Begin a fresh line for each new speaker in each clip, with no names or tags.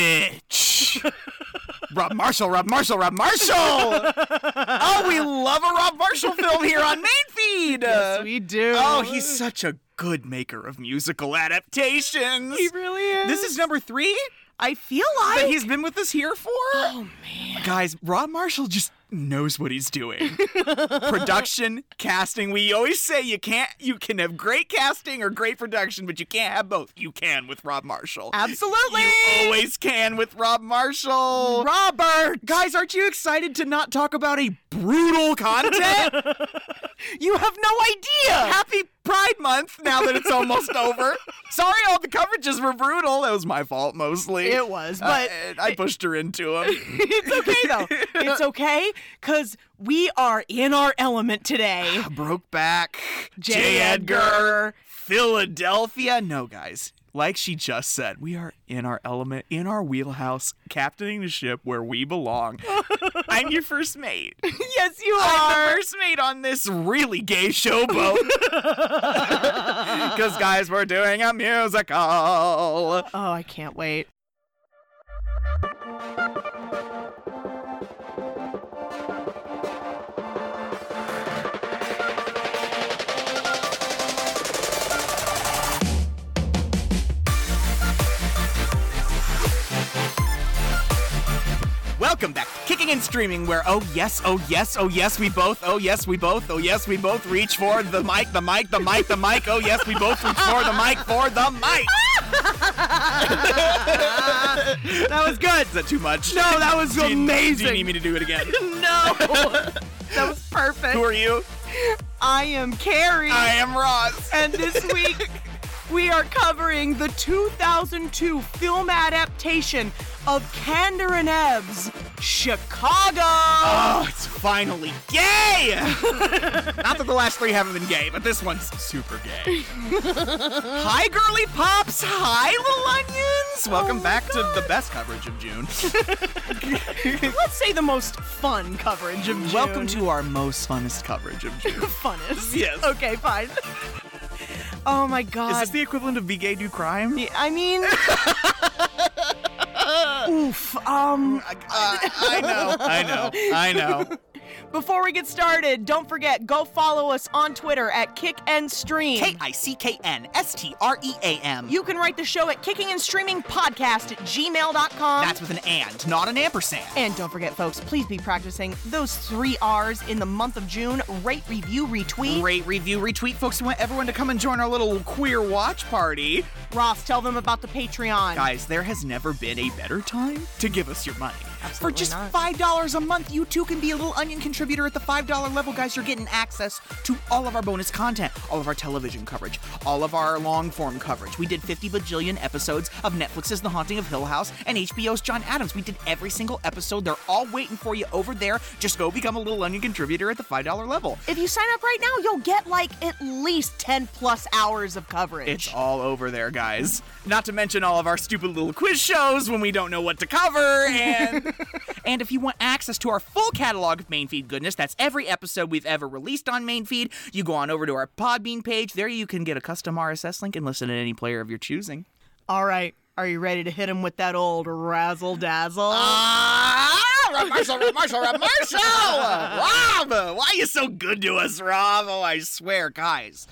bitch. Rob Marshall, Rob Marshall, Rob Marshall. oh, we love a Rob Marshall film here on Main Feed.
Yes, we do.
Oh, he's such a good maker of musical adaptations.
He really is.
This is number three
I feel
that
like
he's been with us here for.
Oh man.
Guys, Rob Marshall just knows what he's doing. production, casting. We always say you can't you can have great casting or great production, but you can't have both. You can with Rob Marshall.
Absolutely.
You always can with Rob Marshall.
Robert,
Guys, aren't you excited to not talk about a brutal content?
you have no idea.
Happy Pride Month now that it's almost over. Sorry, all the coverages were brutal. That was my fault mostly.
It was,
Uh,
but
and I pushed her into him.
it's okay though. It's okay because we are in our element today.
Broke back.
J.
J. Edgar.
Edgar.
Philadelphia. No, guys. Like she just said, we are in our element, in our wheelhouse, captaining the ship where we belong. I'm your first mate.
yes, you
I'm the
are.
first mate on this really gay showboat. Because, guys, we're doing a musical.
Oh, I can't wait.
Welcome back to Kicking and Streaming, where oh yes, oh yes, oh yes, we both, oh yes, we both, oh yes, we both reach for the mic, the mic, the mic, the mic, oh yes, we both reach for the mic, for the mic.
That was good.
Is that too much?
No, that was
Do you- Do
amazing.
you need me to do it again?
No. that was perfect.
Who are you?
I am Carrie.
I am Ross.
and this week we are covering the 2002 film adaptation of Candor and Ebb's Chicago.
Oh, it's finally gay! Not that the last three haven't been gay, but this one's super gay. hi, girly pops! Hi, little onions! Welcome
my
back to the best coverage Oh, of June.
Let's say the most fun coverage of June.
Welcome to our most funnest coverage of June.
funnest.
Yes.
Okay, fine. Oh my god.
Is this the equivalent of Be Gay Do Crime?
Yeah, I mean Oof. Um
I, I- I know, I know, I know.
before we get started, don't forget go follow us on Twitter at Kick and Stream.
K I C K N S T R E A M.
You can write the show at kicking and streaming podcast at gmail.com.
That's with an and, not an ampersand.
and don't forget, folks, please be practicing those three R's in the month of June. Rate, review, retweet.
Rate, review, retweet, folks. We want everyone to come and join our little queer watch party.
Ross, tell them about the Patreon.
Guys, there has never been a better time to give us your money. For
Absolutely
just
not.
$5 a month, you too can be a little onion contributor at the $5 level. Guys, you're getting access to all of our bonus content, all of our television coverage, all of our long form coverage. We did 50 bajillion episodes of Netflix's The Haunting of Hill House and HBO's John Adams. We did every single episode. They're all waiting for you over there. Just go become a little onion contributor at the $5 level.
If you sign up right now, you'll get like at least 10 plus hours of coverage.
It's all over there, guys. Not to mention all of our stupid little quiz shows when we don't know what to cover. And, and if you want access to our full catalog of main feed goodness, that's every episode we've ever released on main feed. You go on over to our Podbean page. There you can get a custom RSS link and listen to any player of your choosing.
all right. Are you ready to hit him with that old razzle dazzle?
Ah, Rob Marshall, Rob Marshall, Rob Marshall! Rob, why are you so good to us, Rob? Oh, I swear, guys.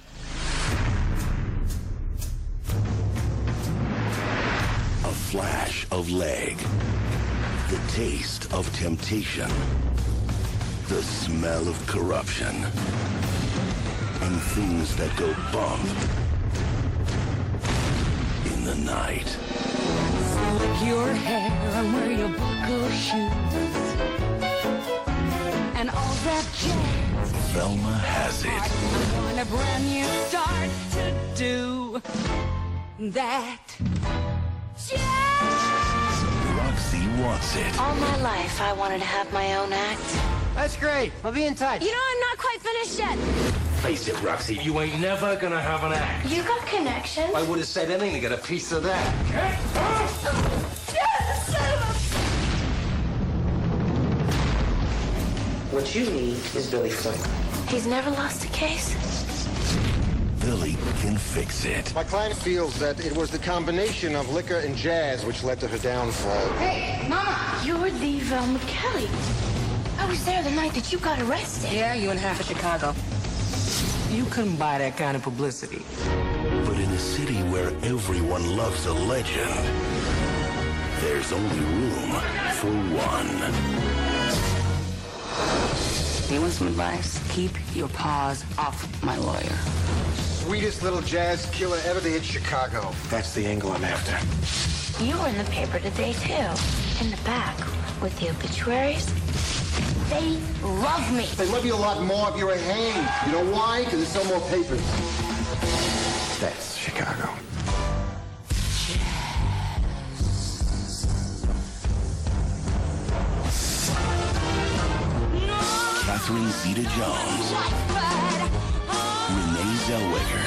A flash of leg. The taste of temptation. The smell of corruption. And things that go bump in the night.
your hair and wear your buckle shoes. And all that jazz
Velma has it.
I'm on a brand new start to do that jazz.
Roxy wants it.
Um,
All my life, I wanted to have my own act.
That's great. I'll be in touch.
You know, I'm not quite finished yet.
Face it, Roxy, you ain't never gonna have an act.
You got connections.
I would have said anything to get a piece of that.
What you need is Billy Flynn.
He's never lost a case.
Billy can fix it.
My client feels that it was the combination of liquor and jazz which led to her downfall.
Hey, Mama! You're the Val McKelly. I was there the night that you got arrested.
Yeah, you and half of Chicago.
You couldn't buy that kind of publicity.
But in a city where everyone loves a legend, there's only room for one.
You want some advice? Keep your paws off my lawyer.
Sweetest little jazz killer ever to hit Chicago. That's the angle I'm after.
You were in the paper today, too. In the back, with the obituaries. They love me.
They love you a lot more if you're a hang. You know why? Because there's no more papers. That's Chicago.
Catherine Zeta-Jones, Renee Zellweger,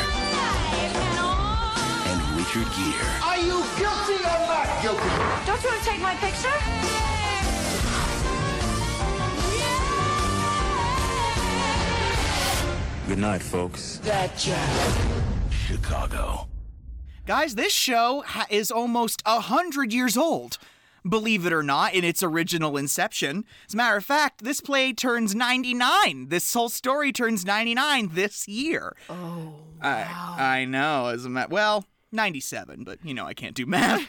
and Richard Gere.
Are you guilty or not guilty?
Don't you want to take my picture?
Good night, folks. Chicago.
Guys, this show ha- is almost a hundred years old. Believe it or not, in its original inception. As a matter of fact, this play turns 99. This whole story turns 99 this year. Oh, I, I know. As a ma- well, 97, but you know I can't do math.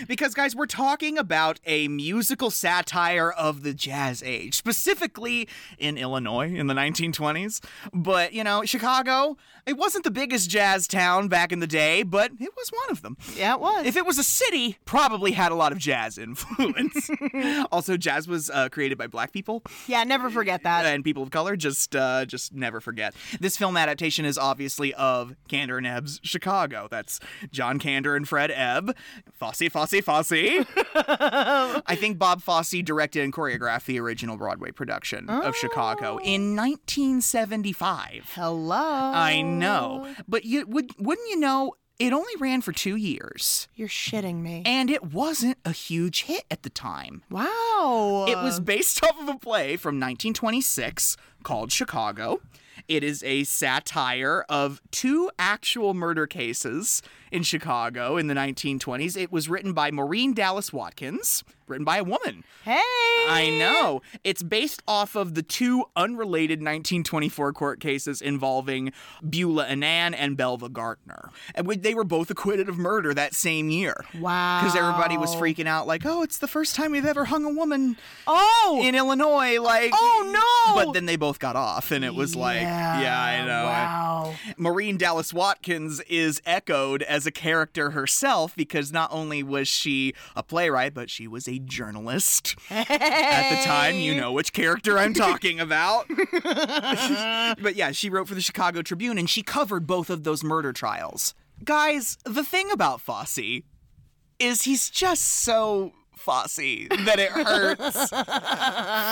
because guys, we're talking about a musical satire of the jazz age, specifically in Illinois in the 1920s. But you know, Chicago, it wasn't the biggest jazz town back in the day, but it was one of them.
Yeah, it was.
If it was a city, probably had a lot of jazz influence. also, jazz was uh, created by black people
yeah, never forget that.
and people of color. Just, uh, just never forget. This film adaptation is obviously of Kander and Ebb's Chicago. That's John Kander and Fred Ebb. Fosse, Fosse, Fosse. I think Bob Fosse directed and choreographed the original Broadway production of
Oh.
Chicago in 1975.
Hello.
I know,
Oh.
but you would wouldn't you know? It only ran for two years.
You're shitting me.
And it wasn't a huge hit at the time.
wow.
It was based off of a play from 1926 called Chicago. It is a satire of two actual murder cases in Chicago in the 1920s. It was written by Maureen Dallas Watkins, written by a woman.
Hey.
I know. It's based off of the two unrelated 1924 court cases involving Beulah Annan and Belva Gardner. And we- they were both acquitted of murder that same year.
Wow.
Because everybody was freaking out, like, oh, it's the first time we've ever hung a woman
Oh.
in Illinois. Like,
oh no.
But then they both got off, and it was like, yeah, I know.
Wow.
Maureen Dallas Watkins is echoed as a character herself because not only was she a playwright, but she was a journalist. At the time, you know which character I'm talking about. but yeah, she wrote for the Chicago Tribune and she covered both of those murder trials. Guys, the thing about Fosse is he's just so Fosse that it hurts.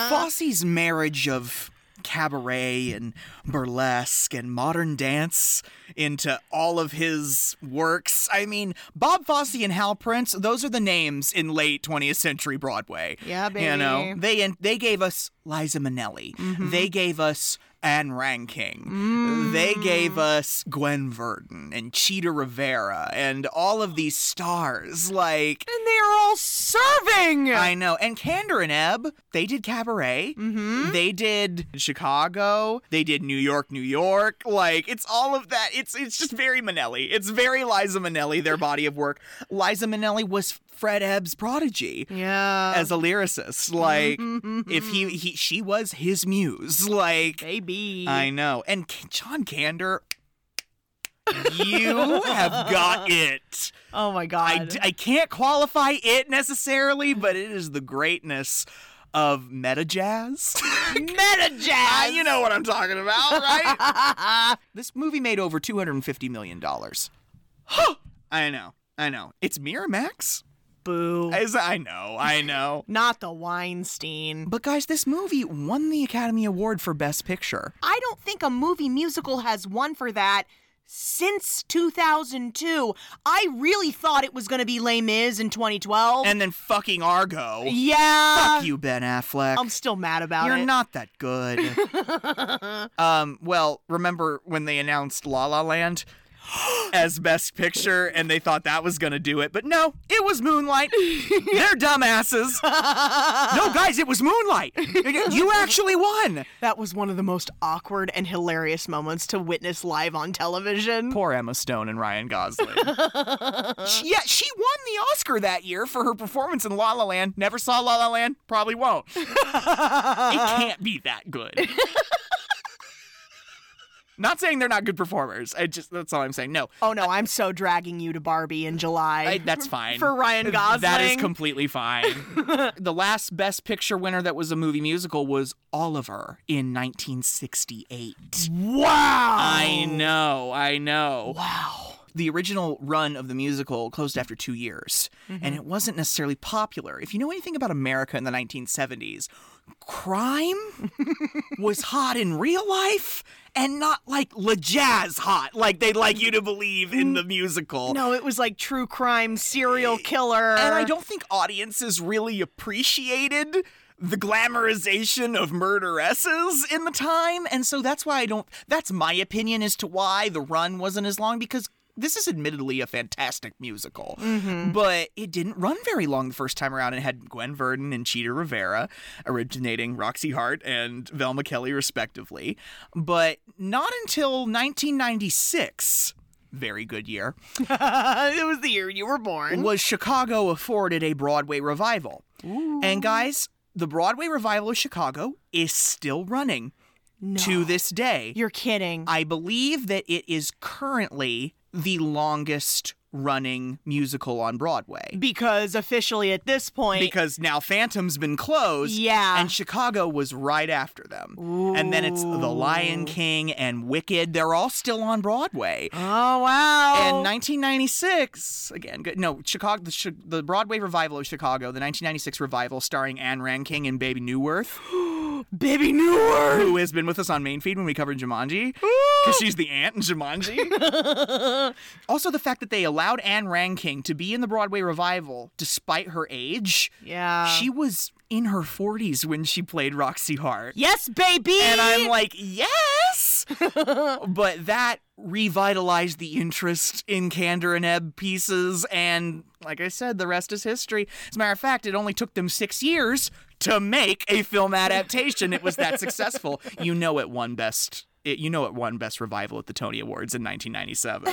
Fosse's marriage of cabaret and burlesque and modern dance into all of his works. I mean, Bob Fosse and Hal Prince, those are the names in late 20th century Broadway.
Yeah,
You know,
baby.
they they gave us Liza Minnelli.
Mm-hmm.
They gave us Anne Ranking.
Mm.
They gave us Gwen Verdon and Cheetah Rivera and all of these stars like
And they are all serving.
I know. And Candor and Ebb, they did Cabaret. Mm-hmm. They did Chicago. They did New York, New York. Like it's all of that. It's it's just very Minnelli. It's very Liza Minnelli. Their body of work. Liza Minnelli was Fred Ebb's prodigy
yeah. Mm-hmm.
as a lyricist. Like if he, he she was his muse. Like
baby.
I know. And K- John Candor. you have got it.
oh my
I,
god.
d- I can't qualify it necessarily, but it is the greatness of meta jazz. meta jazz! you know what I'm talking about, right? this movie made over $250 million. I know. I know. It's Miramax?
Boo.
As I know. I know.
Not the Weinstein.
But guys, this movie won the Academy Award for Best Picture.
I don't think a movie musical has won for that since 2002. I really thought it was going to be Les Mis in 2012.
And then fucking Argo.
yeah.
Fuck you, Ben Affleck.
Uh, I'm still mad about
You're
it.
not that good. um, well, remember when they announced La La Land as Best Picture and they thought that was going to do it? But no, it was Moonlight. They're dumbasses. no, guys, it was Moonlight. You actually won.
That was one of the most awkward and hilarious moments to witness live on television.
Poor Emma Stone and Ryan Gosling. She- yeah, she won the Oscar that year for her performance in La La Land. Never saw La La Land, probably won't. it can't be that good. not saying they're not good performers. I just that's all I'm saying. No,
Oh no, I'm so dragging you to Barbie in July.
I, that's fine.
for Ryan Gosling.
That is completely fine. the last Best Picture winner that was a movie musical was Oliver in 1968.
wow.
I know, I know. Wow. The original run of the musical closed after two years, and it wasn't necessarily popular. If you know anything about America in the 1970s, crime was hot in real life and not like la jazz hot, like they'd like you to believe in the musical.
No, it was like true crime, serial killer.
Eh, And I don't think audiences really appreciated the glamorization of murderesses in the time. And so that's why I don't, that's my opinion as to why the run wasn't as long because. This is admittedly a fantastic musical, but it didn't run very long the first time around. It had Gwen Verdon and Cheetah Rivera originating Roxy Hart and Velma Kelly, respectively. But not until 1996, very good year,
it was the year you were born.
was Chicago afforded a Broadway revival. And guys, the Broadway revival of Chicago is still running to this day.
You're kidding.
I believe that it is currently the longest running musical on Broadway.
because officially at this point,
Because now Phantom's been closed.
Yeah.
And Chicago was right after them. And then it's The Lion King and Wicked. They're all still on Broadway.
oh wow.
And 1996 again. Good, no, Chicago. The, Chi- the Broadway revival of Chicago, the 1996 revival starring Anne Ranking and Baby Newworth,
Baby New World.
who has been with us on Main Feed when we covered Jumanji, because she's the aunt in Jumanji. also, the fact that they allowed Anne Ranking to be in the Broadway revival despite her age.
Yeah.
she was in her 40s when she played Roxy Hart.
Yes, baby.
And I'm like, yes! Uh, but that revitalized the interest in Candor and Ebb pieces, and like I said, the rest is history. As a matter of fact, it only took them six years to make a film adaptation. It was that successful. You know it won best. It, you know it won best revival at the Tony Awards in 1997.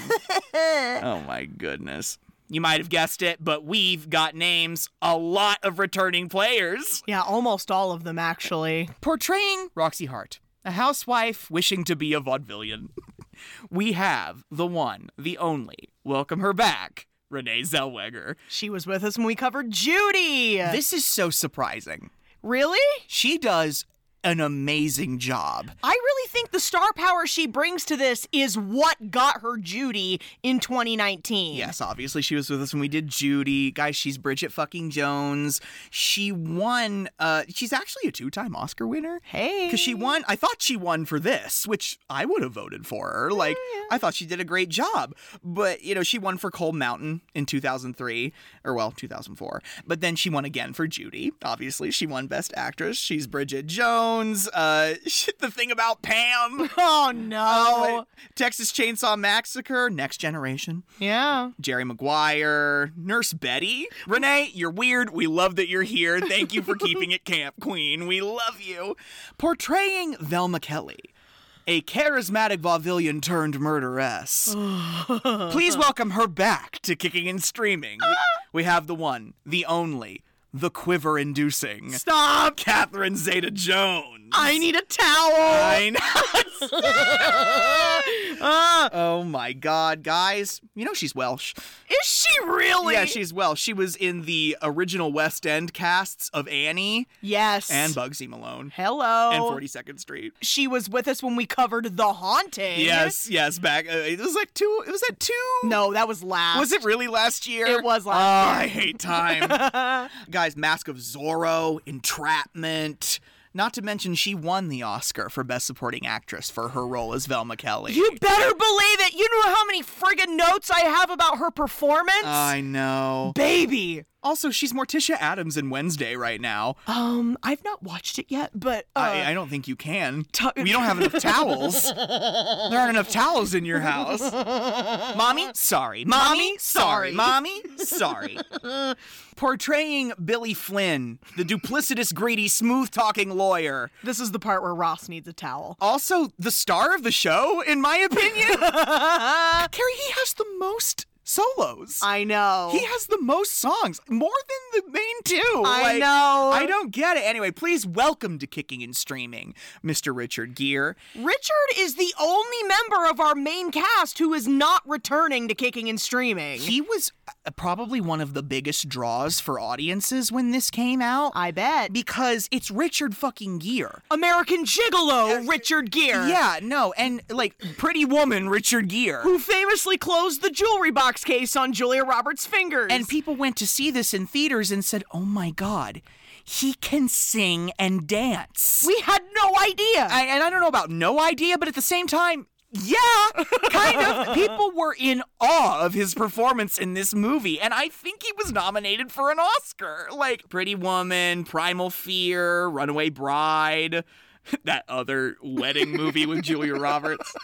oh my goodness. You might have guessed it, but we've got names, a lot of returning players
yeah, almost all of them actually.
portraying Roxy Hart, a housewife wishing to be a vaudevillian. we have the one, the only, welcome her back, Renee Zellweger.
She was with us when we covered Judy.
This is so surprising.
really?
She does an amazing job.
I really think the star power she brings to this is what got her Judy in 2019.
Yes, obviously she was with us when we did Judy. Guys, she's Bridget fucking Jones. She won uh she's actually a two-time Oscar winner.
Hey.
Because she won, I thought she won for this, which I would have voted for her. Like, I thought she did a great job. But, you know, she won for Cold Mountain in 2003, or well, 2004. But then she won again for Judy. Obviously, she won Best Actress. She's Bridget Jones. Uh, the thing about Pam.
Oh no.
Texas Chainsaw Massacre, Next Generation,
yeah.
Jerry Maguire, Nurse Betty. Renee, you're weird. We love that you're here. Thank you for keeping it camp, Queen. We love you. Portraying Velma Kelly, a charismatic vaudevillian turned murderess. Please welcome her back to Kicking and Streaming. We- we have the one, the only, the quiver inducing. Stop! Catherine Zeta Jones.
I need a towel.
I know. oh my god, guys. You know she's Welsh.
Is she really?
Yeah, she's Welsh. She was in the original West End casts of Annie
Yes.
and Bugsy Malone
Hello.
and 42nd Street.
She was with us when we covered The Haunting.
Yes, yes, back. Uh, it was like two, it was at two.
No, that was last.
Was it really last year?
It was last
oh, I hate time. Guys, Mask of Zorro, Entrapment, Not to mention, she won the Oscar for Best Supporting Actress for her role as Velma Kelly.
You better believe it. You know how many friggin' notes I have about her performance?
I know.
Baby.
Also, she's Morticia Adams in Wednesday right now.
Um, I've not watched it yet, but uh,
I, I don't think you can. we don't have enough towels. there aren't enough towels in your house. Mommy, sorry. Mommy, sorry. Mommy, sorry. Portraying Billy Flynn, the duplicitous, greedy, smooth talking lawyer.
this is the part where Ross needs a towel.
Also, the star of the show, in my opinion. Carrie, he has the most solos.
I know.
He has the most songs, more than the main two.
I know.
I don't get it. Anyway, please welcome to Kicking and Streaming, Mr. Richard Gere.
Richard is the only member of our main cast who is not returning to kicking and streaming.
He was uh, probably one of the biggest draws for audiences when this came out.
I bet.
because it's Richard fucking Gere.
American Gigolo Richard Gere.
Yeah, no, and like Pretty Woman Richard Gere.
Who famously closed the jewelry box case on Julia Roberts' fingers.
And people went to see this in theaters and said, "Oh my god, he can sing and dance."
we had no idea.
I, and I don't know about no idea, but at the same time, yeah, kind of. People were in awe of his performance in this movie, and I think he was nominated for an Oscar. Like Pretty Woman, Primal Fear, Runaway Bride, that other wedding movie with Julia Roberts.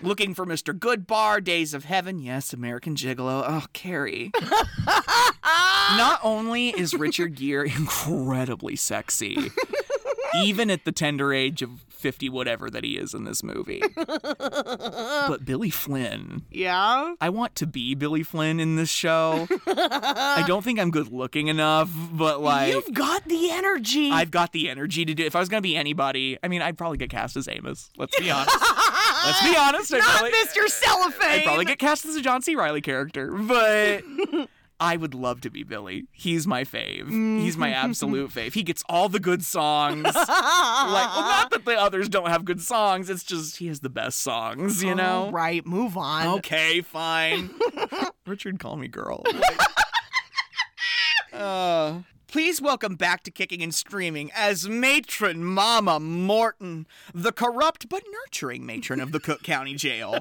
Looking for Mr. Goodbar, Days of Heaven, yes, American Gigolo. Oh, Carrie. Not only is Richard Gere incredibly sexy, even at the tender age of 50 whatever that he is in this movie.
Oh.
but Billy Flynn,
yeah.
I want to be Billy Flynn in this show. I don't think I'm good looking enough, but like
You've got the energy.
I've got the energy to do. If I was gonna be anybody, I mean, I'd probably get cast as Amos. Let's be honest. Let's be honest. I
Not
probably,
Mr. Cellophane.
I'd probably get cast as a John C. Riley character, but I would love to be Billy. He's my fave. He's my absolute fave. He gets all the good songs. like, well, not that the others don't have good songs. It's just he has the best songs. You know.
All right, move on.
Okay, fine. Richard, call me girl. Like- Uh, please welcome back to Kicking and Streaming as matron Mama Morton, the corrupt but nurturing matron of the Cook County Jail.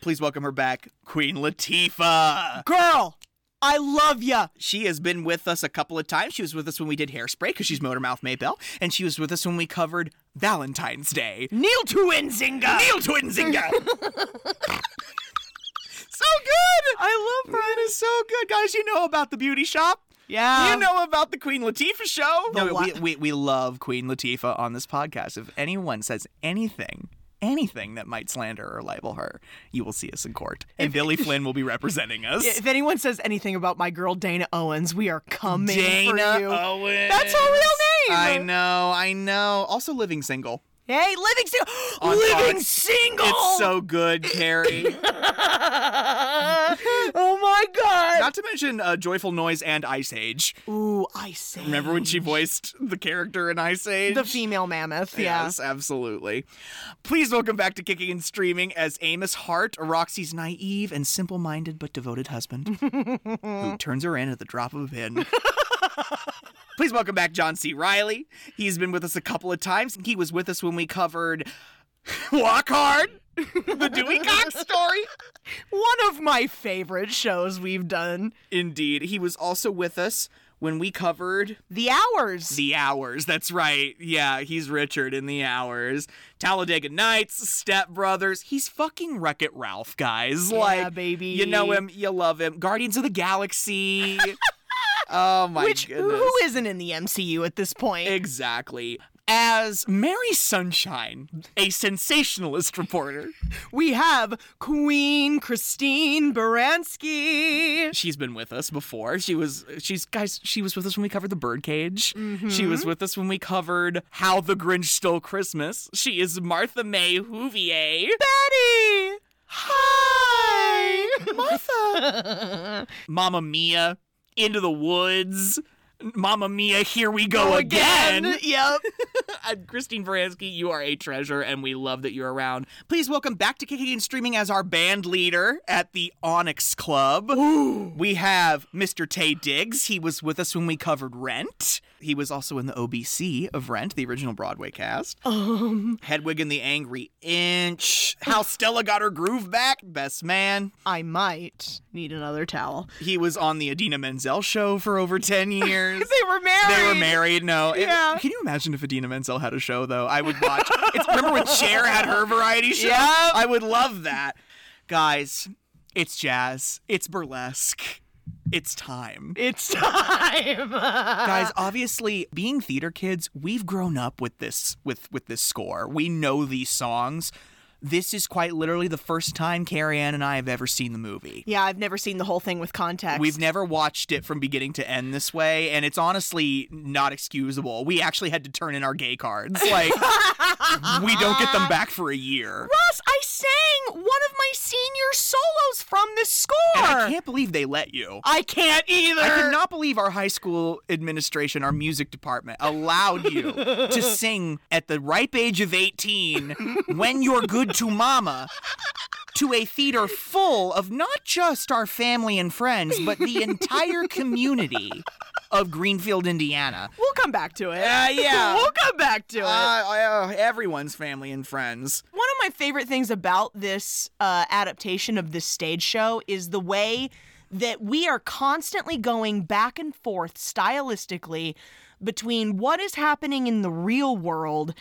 Please welcome her back, Queen Latifah.
Girl, I love ya.
She has been with us a couple of times. She was with us when we did Hairspray because she's Motormouth Maybell, and she was with us when we covered Valentine's Day.
Neil Twinzinga.
Neil Twinzinga. so good.
I love her.
That is so good, guys. You know about the beauty shop.
Yeah.
You know about the Queen Latifah show.
The
No,
what?
we, we, we love Queen Latifah on this podcast. If anyone says anything, anything that might slander or libel her, you will see us in court. And Billy Flynn will be representing us.
If anyone says anything about my girl Dana Owens, we are coming
Dana
for you.
Owens.
That's her real
I
name.
know, I know. Also living single.
Hey, living single.
On
living
Fox.
single.
It's so good, Carrie.
oh my god.
Not to mention uh, Joyful Noise and Ice Age.
Ooh, I say.
Remember when she voiced the character in Ice Age?
the female mammoth? Yeah.
Yes, absolutely. Please welcome back to Kicking and Streaming as Amos Hart, Roxy's naive and simple minded but devoted husband,
Mm.
who turns her in at the drop of a pin. Please welcome back John C. Riley. He's been with us a couple of times. He was with us when we covered Walk Hard, the Dewey Cox story.
One of my favorite shows we've done.
Indeed. He was also with us when we covered
The hours.
The Hours. That's right. Yeah, he's Richard in The Hours. Talladega Nights, Step Brothers. He's fucking Wreck It Ralph, guys. like,
baby.
You know him. You love him. Guardians of the Galaxy. oh my
which
goodness.
who isn't in the MCU at this point?
exactly. As Mary Sunshine, a sensationalist reporter.
we have Queen Christine Baranski.
she's been with us before. She was she's guys, she was with us when we covered the birdcage. She was with us when we covered How the Grinch Stole Christmas. She is Martha May Huvier. Betty! Hi! Martha! Mama Mia, Into the Woods. Mama Mia, here we go, again.
Yep.
I'm Christine Baranski, you are a treasure, and we love that you're around. Please welcome back to Kicking and Streaming as our band leader at the Onyx Club. We have Mr. Tay Diggs. He was with us when we covered Rent. He was also in the OBC of Rent, the original Broadway cast.
Um,
Hedwig and the Angry Inch. How Stella Got Her Groove Back. Best Man.
I might need another towel.
He was on the Adina Menzel show for over 10 years.
They were married.
They were married. No, It-
Yeah.
can you imagine if Adina Menzel had a show though? I would watch. it's, remember when Cher had her variety show?
Yep.
I would love that, guys. It's jazz. It's burlesque. It's time.
It's
uh,
time.
Guys, obviously, being theater kids, we've grown up with this with with this score. We know these songs. This is quite literally the first time Carrie Ann and I have ever seen the movie.
yeah, I've never seen the whole thing with context.
We've never watched it from beginning to end this way, and it's honestly not excusable. We actually had to turn in our gay cards. Like, we don't get them back for a year.
Plus, I sang one of my senior solos from this score.
And I can't believe they let you.
I can't either.
I could not believe our high school administration, our music department, allowed you to sing at the ripe age of 18 when you're good to mama to a theater full of not just our family and friends, but the entire community of Greenfield, Indiana.
We'll come back to it.
Uh, yeah.
we'll come back to it.
Uh, uh, everyone's family and friends.
One of my favorite things about this uh, adaptation of this stage show is the way that we are constantly going back and forth stylistically between what is happening in the real world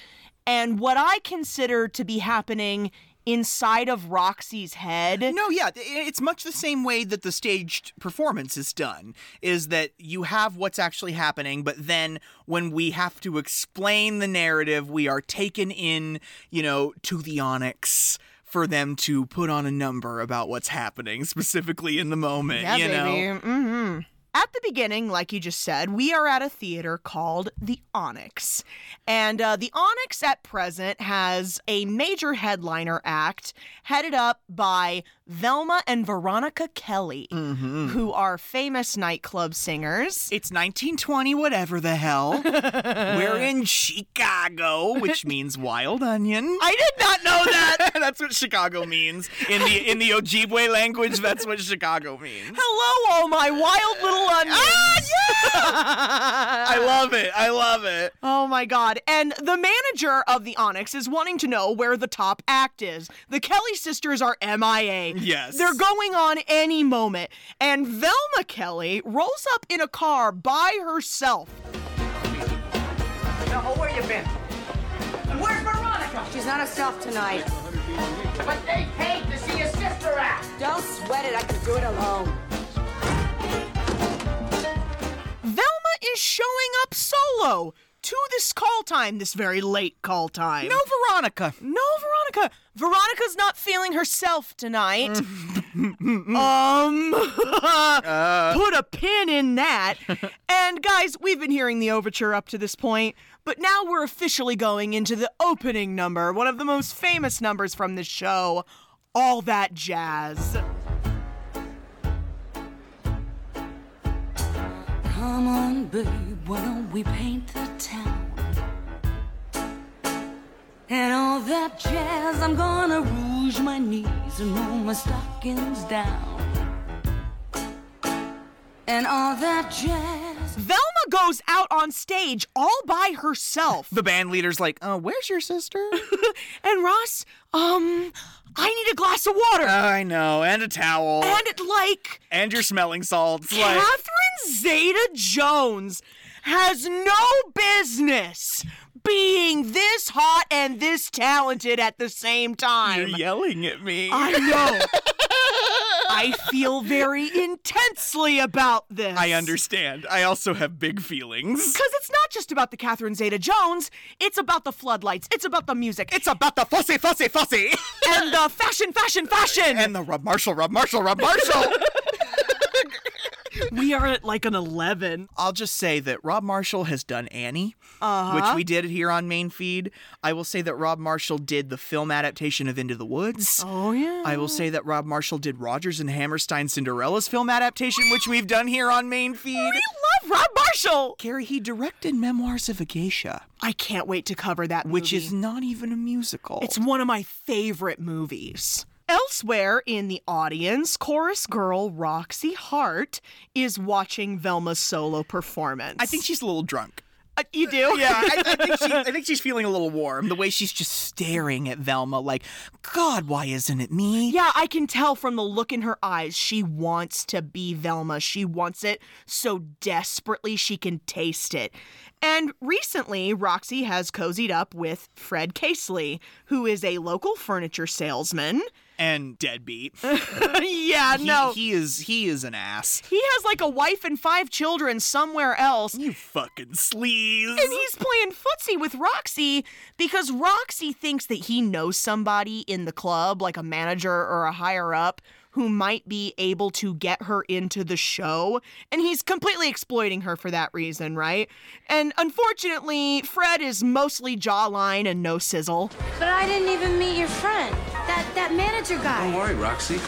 and what I consider to be happening inside of Roxy's head.
No, yeah, th- it's much the same way that the staged performance is done. Is that you have what's actually happening, but then when we have to explain the narrative, we are taken in, you know, to the onyx for them to put on a number about what's happening specifically in the moment. you know,
hmm At the beginning, like you just said, we are at a theater called the Onyx, and uh, the Onyx at present has a major headliner act headed up by Velma and Veronica Kelly, who are famous nightclub singers.
Mm-hmm. it's 1920, whatever the hell. We're in Chicago, which means wild onion.
I did not know that.
that's what Chicago means in the in the Ojibwe language. That's what Chicago means.
Hello, all my wild little onions.
Ah, I love it. I love it.
Oh my god. And the manager of the Onyx is wanting to know where the top act is. The Kelly sisters are MIA.
Yes.
They're going on any moment. And Velma Kelly rolls up in a car by herself.
Now, where you been? Where's Veronica? She's not herself tonight. But they paid to see your sister act. Don't sweat it. I can do it alone.
Velma is showing up solo to this call time, this very late call time.
No, Veronica.
No, Veronica. Veronica's not feeling herself tonight. um,
Uh.
put a pin in that. and guys, we've been hearing the overture up to this point, but now we're officially going into the opening number, one of the most famous numbers from the show, All That Jazz.
Come on, babe, why don't we paint the town? And all that jazz, I'm gonna rouge my knees and roll my stockings down. And all that jazz.
Velma goes out on stage all by herself.
The band leader's like, uh, where's your sister?
and Ross, um, I need a glass of water.
Oh, I know, and a towel,
and it like
and your smelling salts. Like,
Catherine Zeta Jones has no business being this hot and this talented at the same
you're
time.
yelling at me.
I know. I feel very intensely about this.
I understand. I also have big feelings.
Because it's not just about the Catherine Zeta Jones, it's about the floodlights, it's about the music, it's
about the fussy, fussy, fussy,
and the fashion, fashion, fashion.
and the Rob Marshall, Rob Marshall, Rob Marshall.
we are at like an 11.
I'll just say that Rob Marshall has done Annie,
Uh-huh.
which we did here on main feed. I will say that Rob Marshall did the film adaptation of Into the Woods.
Oh, yeah.
I will say that Rob Marshall did Rogers and Hammerstein Cinderella's film adaptation, which we've done here on main feed.
love Rob Marshall.
Carrie, he directed Memoirs of a Geisha,
I can't wait to cover that
which
movie.
is not even a musical.
It's one of my favorite movies. Elsewhere in the audience, chorus girl Roxy Hart is watching Velma's solo performance.
I think she's a little drunk.
Uh, you do?
Yeah, I, I think she, I think she's feeling a little warm. The way she's just staring at Velma, like, God, why isn't it me?
Yeah, I can tell from the look in her eyes. She wants to be Velma. She wants it so desperately she can taste it. And recently, Roxy has cozied up with Fred Casely, who is a local furniture salesman.
And deadbeat. He-
yeah, Uh, no.
he is he is an ass.
He has like a wife and five children somewhere else.
You fucking sleaze.
And he's playing footsie with Roxy because Roxy thinks that he knows somebody in the club, like a manager or a higher up, who might be able to get her into the show. And he's completely exploiting her for that reason, right? And unfortunately, Fred is mostly jawline and no sizzle.
But I didn't even meet your friend. That that manager guy.
Don't worry, Roxy.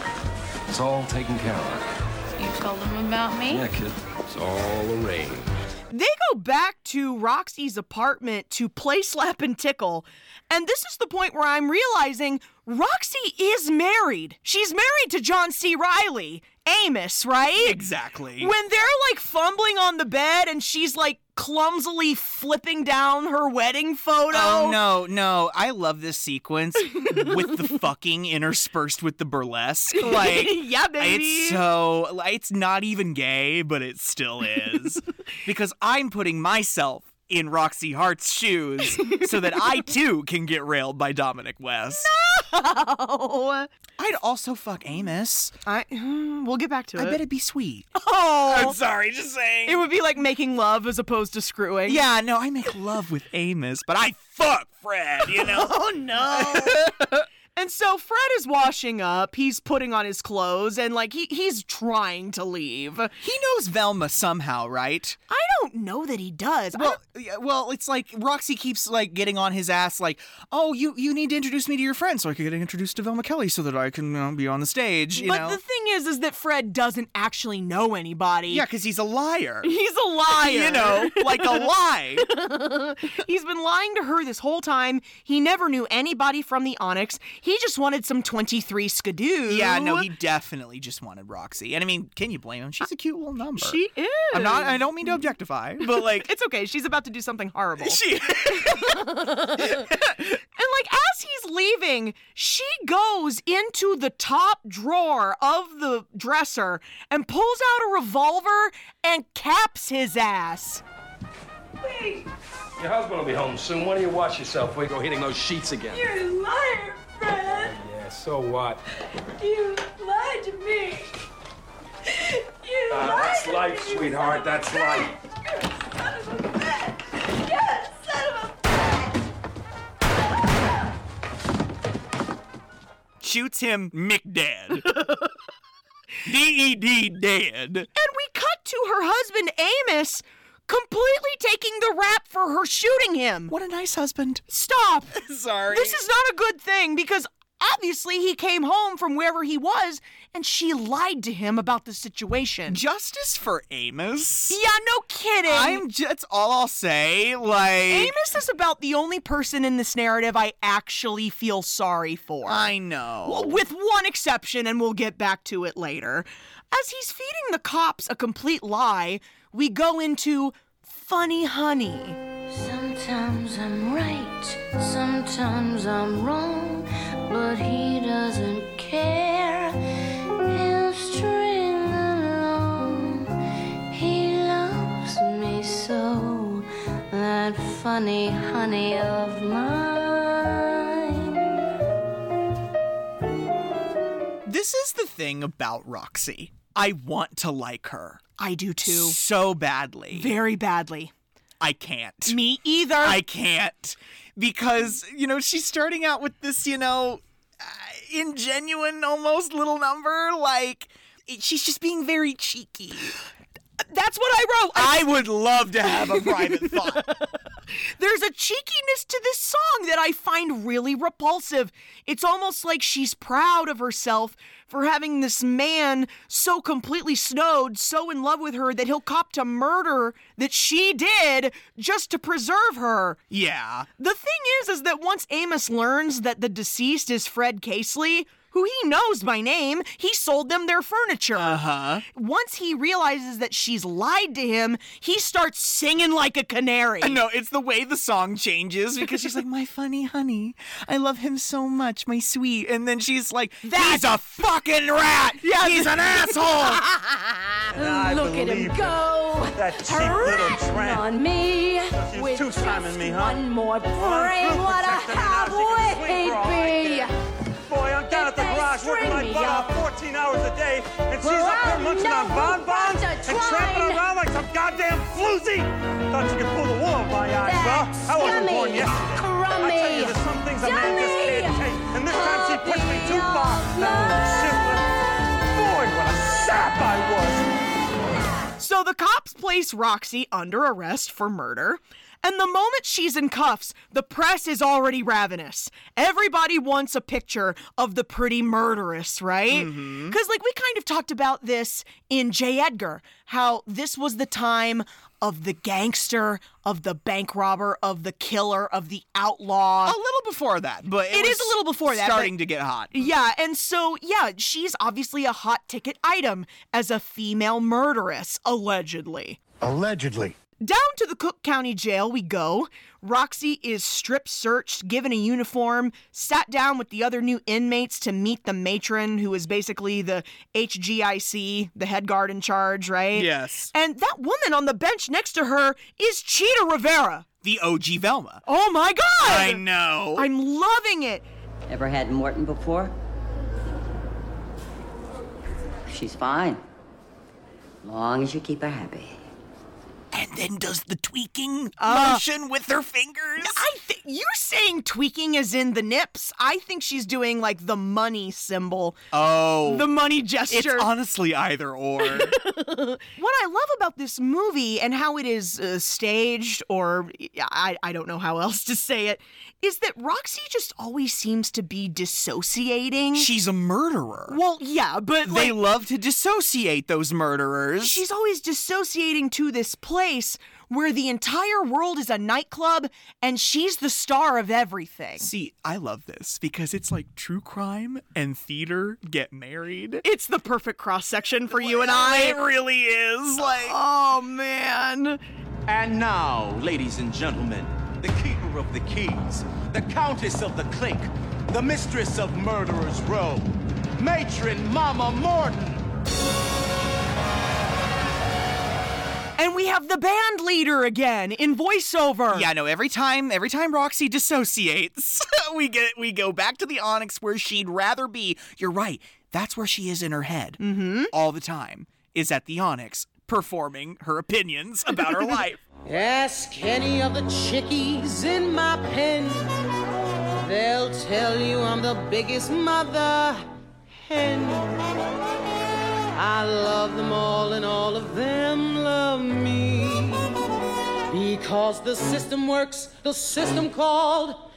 It's all taken care of.
You told him about me?
Yeah, kid. It's all arranged.
They go back to Roxy's apartment to play slap and tickle. And this is the point where I'm realizing Roxy is married. She's married to John C. Riley. Amos, right?
exactly.
When they're like fumbling on the bed and she's like clumsily flipping down her wedding photo.
Oh no, no! I love this sequence with the fucking interspersed with the burlesque. Like,
yeah, baby.
It's so like, it's not even gay, but it still is. because I'm putting myself in Roxy Hart's shoes so that I too can get railed by Dominic West.
oh.
I'd also fuck Amos.
I, hmm, we'll get back to
I
it.
bet it'd be sweet.
oh.
sorry, just saying.
It would be like making love as opposed to screwing.
yeah, no, I make love with Amos, but I fuck Fred, you know?
Oh no. and so Fred is washing up, he's putting on his clothes and like he he's trying to leave. I
he knows Velma somehow, right?
don't know that he does. I
Well,
don't-
yeah, well, it's like Roxy keeps like getting on his ass, like, "Oh, you you need to introduce me to your friend so I can get introduced to Velma Kelly so that I can you know, be on the stage." You
but
know,
the thing is is that Fred doesn't actually know anybody.
yeah, because he's a liar.
He's a liar.
You know, like a lie.
He's been lying to her this whole time. He never knew anybody from the Onyx. He just wanted some 23 skidoo.
yeah, no, he definitely just wanted Roxy, and I mean, can you blame him? She's a cute little number.
She is.
I'm not. I don't mean to objectify, but like,
It's okay. She's about to do something horrible.
she.
And like as he's leaving, she goes into the top drawer of the dresser and pulls out a revolver and caps his ass.
Your husband will be home soon. Why don't you wash yourself before you go hitting those sheets again?
You liar, Fred.
Yeah, so what?
You lied to me. You
Ah,
lied
that's
to
life,
me, you
sweetheart,
son of a
that's life.
bitch. You're a son of a bitch. You're a son of a bitch.
shoots him McDead. D E D dead.
And we cut to her husband Amos completely taking the rap for her shooting him.
What a nice husband.
Stop.
Sorry.
This is not a good thing because obviously he came home from wherever he was and she lied to him about the situation.
justice for Amos.
Yeah, no kidding.
I'm just, that's all I'll say. Like,
Amos is about the only person in this narrative I actually feel sorry for.
I know.
Well, with one exception, and we'll get back to it later. As he's feeding the cops a complete lie, we go into Funny Honey.
Sometimes I'm right, sometimes I'm wrong, but he doesn't care. He'll string along. He loves me so, that funny honey of mine.
this is the thing about Roxy. I want to like her
I do too.
so badly.
Very badly.
I can't.
Me either.
I can't because you know she's starting out with this you know uh, ingenuine almost little number like it- she's just being very cheeky.
That's what I wrote. I-
I would love to have a private thought.
There's a cheekiness to this song that I find really repulsive. It's almost like she's proud of herself for having this man so completely snowed, so in love with her that he'll cop to murder that she did just to preserve her.
Yeah.
The thing is, is that once Amos learns that the deceased is Fred Casely, who he knows by name, he sold them their furniture. Uh
huh.
Once he realizes that she's lied to him, he starts singing like a canary.
No, it's the way the song changes because she's like, "My funny honey, I love him so much, my sweet," and then she's like, "That's a fucking rat. Yeah, he's an asshole."
Look at him go.
That cheap little tramp.
on me
she's
with
two-timing
just
me, huh?
one more brain.
good
What a
protector, now she can swing for all I
halfway
care. Boy, I'm down at the
They
garage
string
working my
me
butt
up.
off 14 hours a day, and she's
Well,
up
I
here munching on
know who
bonbons
wants
and
a
tramping
twine.
around like some goddamn floozy. Thought you could pull the wool over my eyes. Well, I wasn't
scummy,
born yesterday. I tell you,
crummy,
there's some things a man just
dummy,
can't take, and this time she pushed me too
puppy
far.
of
That little
love.
shiftless. Boy, what a sap I was.
So the cops place Roxy under arrest for murder. And the moment she's in cuffs, the press is already ravenous. Everybody wants a picture of the pretty murderess, right? Because,
Mm-hmm.
like, we kind of talked about this in J. Edgar, how this was the time of the gangster, of the bank robber, of the killer, of the outlaw.
a little before that, but it,
It is
was
a little before that,
starting
but-
to get hot.
Yeah, and so, yeah, she's obviously a hot ticket item as a female murderess, allegedly.
Allegedly.
Down to the Cook County Jail we go. Roxy is strip searched, given a uniform, sat down with the other new inmates to meet the matron, who is basically the HGIC, the head guard in charge, right?
Yes.
And that woman on the bench next to her is Cheetah Rivera.
The OG Velma.
Oh my God!
I know.
I'm loving it.
Ever had Morton before? She's fine. Long as you keep her happy.
and then does the tweaking motion with her fingers.
Uh, I think you're saying tweaking is in the nips. I think she's doing like the money symbol,
oh,
the money gesture.
it's honestly either or.
What I love about this movie and how it is uh, staged, or I, I don't know how else to say it, is that Roxy just always seems to be dissociating.
She's a murderer.
well, yeah, but
they
like,
love to dissociate those murderers.
she's always dissociating to this place where the entire world is a nightclub and she's the star of everything.
See, I love this because it's like true crime and theater get married.
It's the perfect cross section for you and I.
It really is like
Oh man.
And now, ladies and gentlemen, the keeper of the keys, the countess of the clink, the mistress of Murderer's Row, matron Mama Morton.
And we have the band leader again in voiceover.
Yeah, no. Every time, every time Roxy dissociates, we get we go back to the Onyx where she'd rather be. You're right. That's where she is in her head mm-hmm. all the time. Is at the Onyx performing her opinions about her life.
Ask any of the chickies in my pen. They'll tell you I'm the biggest mother hen. I love them all, and all of them love me. Because the system works, the system called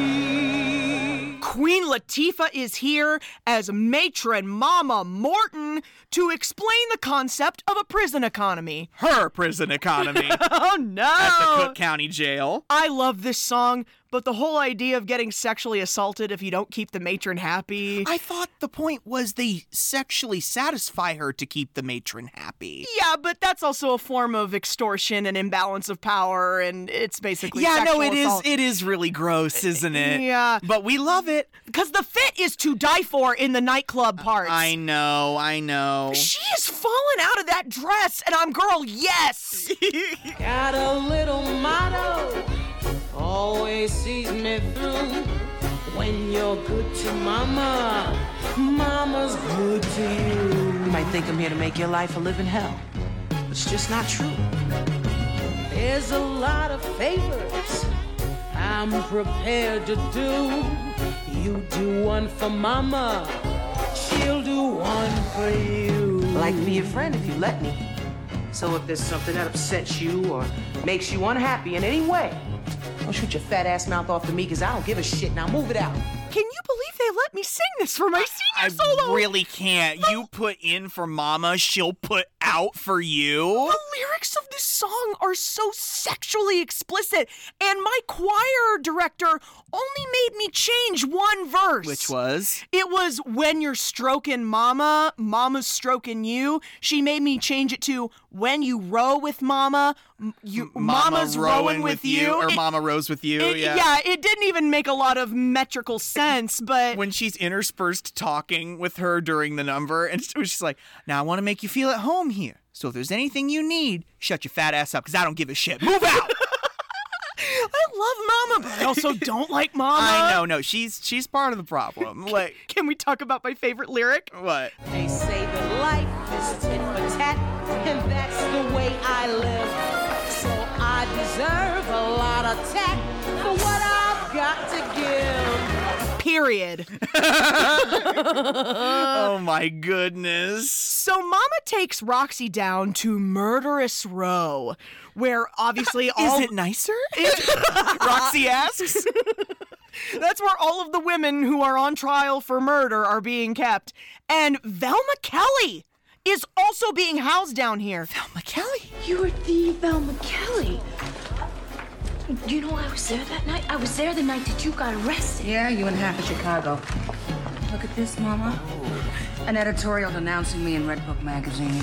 reciprocity.
Queen Latifah is here as matron Mama Morton to explain the concept of a prison economy.
Her prison economy at
Oh no!
the Cook County Jail.
I love this song, but the whole idea of getting sexually assaulted if you don't keep the matron happy.
I thought the point was they sexually satisfy her to keep the matron happy.
yeah, but that's also a form of extortion and imbalance of power, and it's basically
Yeah, no,
sexual
it is.
assault. Uh,
It is really gross, isn't it?
yeah.
but we love it.
Because the fit is to die for in the nightclub parts.
I know. I know.
She is falling out of that dress, and I'm girl, yes!
Got a little motto, always sees me through. When you're good to mama, mama's good to you.
You might think I'm here to make your life a living hell. It's just not true.
There's a lot of favors I'm prepared to do. You do one for mama, she'll do one for you.
Like be your friend if you let me. So if there's something that upsets you or makes you unhappy in any way, don't shoot your fat ass mouth off to me because I don't give a shit. Now move it out.
Can you believe they let me sing this for my senior
I really can't. You put in for mama, she'll put out for you.
The lyrics of this song are so sexually explicit, and my choir director only made me change one verse.
Which was?
It was when you're stroking mama, mama's stroking you. She made me change it to when you row with mama, m- you, mama's rowing, with you.
or
It-
mama rows with you.
it-
yeah.
it didn't even make a lot of metrical sense, but
When she's interspersed talking with her during the number, and she- she's like, "Now I want to make you feel at home here. So if there's anything you need, shut your fat ass up, because I don't give a shit. Move out."
I love mama, but I also don't like mama.
I know, no, she's she's part of the problem. Like,
can we talk about my favorite lyric?
What?
They say that life is tit for tat, and that's the way I live. So I deserve a lot of tat for what I've got to give.
Period.
oh my goodness.
So Mama takes Roxy down to Murderous Row, where obviously all
it nicer?
Roxy
asks.
That's where all of the women who are on trial for murder are being kept, and Velma Kelly is also being housed down here. Velma Kelly,
you are the Velma Kelly. You know, I was there that night. I was there the night that you got arrested.
Yeah, you and half of Chicago. Look at this, Mama. An editorial denouncing me in Red Book magazine.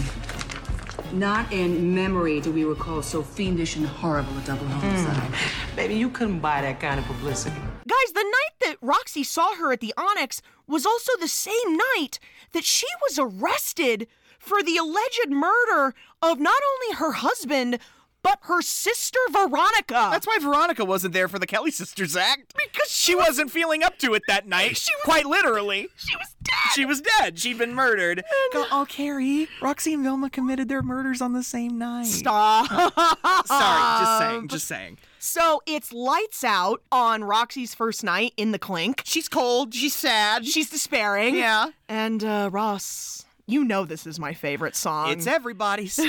Not in memory do we recall so fiendish and horrible a double homicide.
Maybe you couldn't buy that kind of publicity.
Guys, the night that Roxy saw her at the Onyx was also the same night that she was arrested for the alleged murder of not only her husband, but her sister Veronica.
That's why Veronica wasn't there for the Kelly Sisters act. Because she wasn't feeling up to it that night. quite literally. She was dead. She was dead. She'd been murdered. Go, oh, Carrie, Roxy and Velma committed their murders on the same night.
Stop.
Sorry, just saying, just saying.
So it's lights out on Roxy's first night in the clink.
She's cold, she's sad,
she's despairing.
Yeah.
And uh, Ross, you know this is my favorite song.
It's everybody's.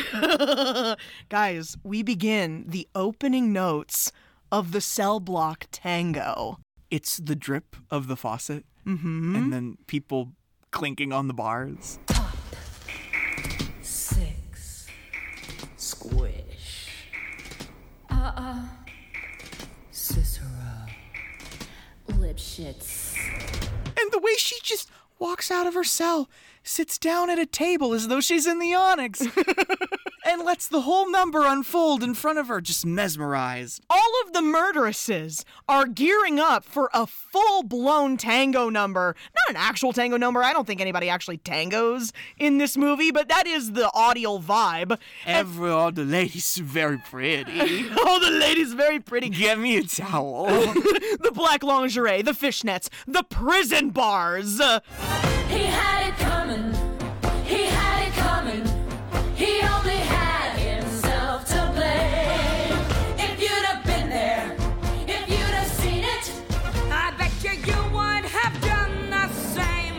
Guys, we begin the opening notes of the cell block tango.
It's the drip of the faucet,
Mhm.
and then people clinking on the bars.
Six. Squish. Uh
Uh-uh.
uh. Cicero. Lipschitz.
And the way she just walks out of her cell, sits down at a table as though she's in the onyx, and lets the whole number unfold in front of her, just mesmerized.
All of the murderesses are gearing up for a full blown tango number. Not an actual tango number. I don't think anybody actually tangos in this movie, but that is the audio vibe.
Every all the ladies very pretty.
Oh, the lady's very pretty.
Give me a towel.
the black lingerie, the fishnets, the prison bars. Uh,
He had it coming. He had it coming. He only had himself to blame. If you'd have been there, if you'd have seen it, I bet you you would have done the same.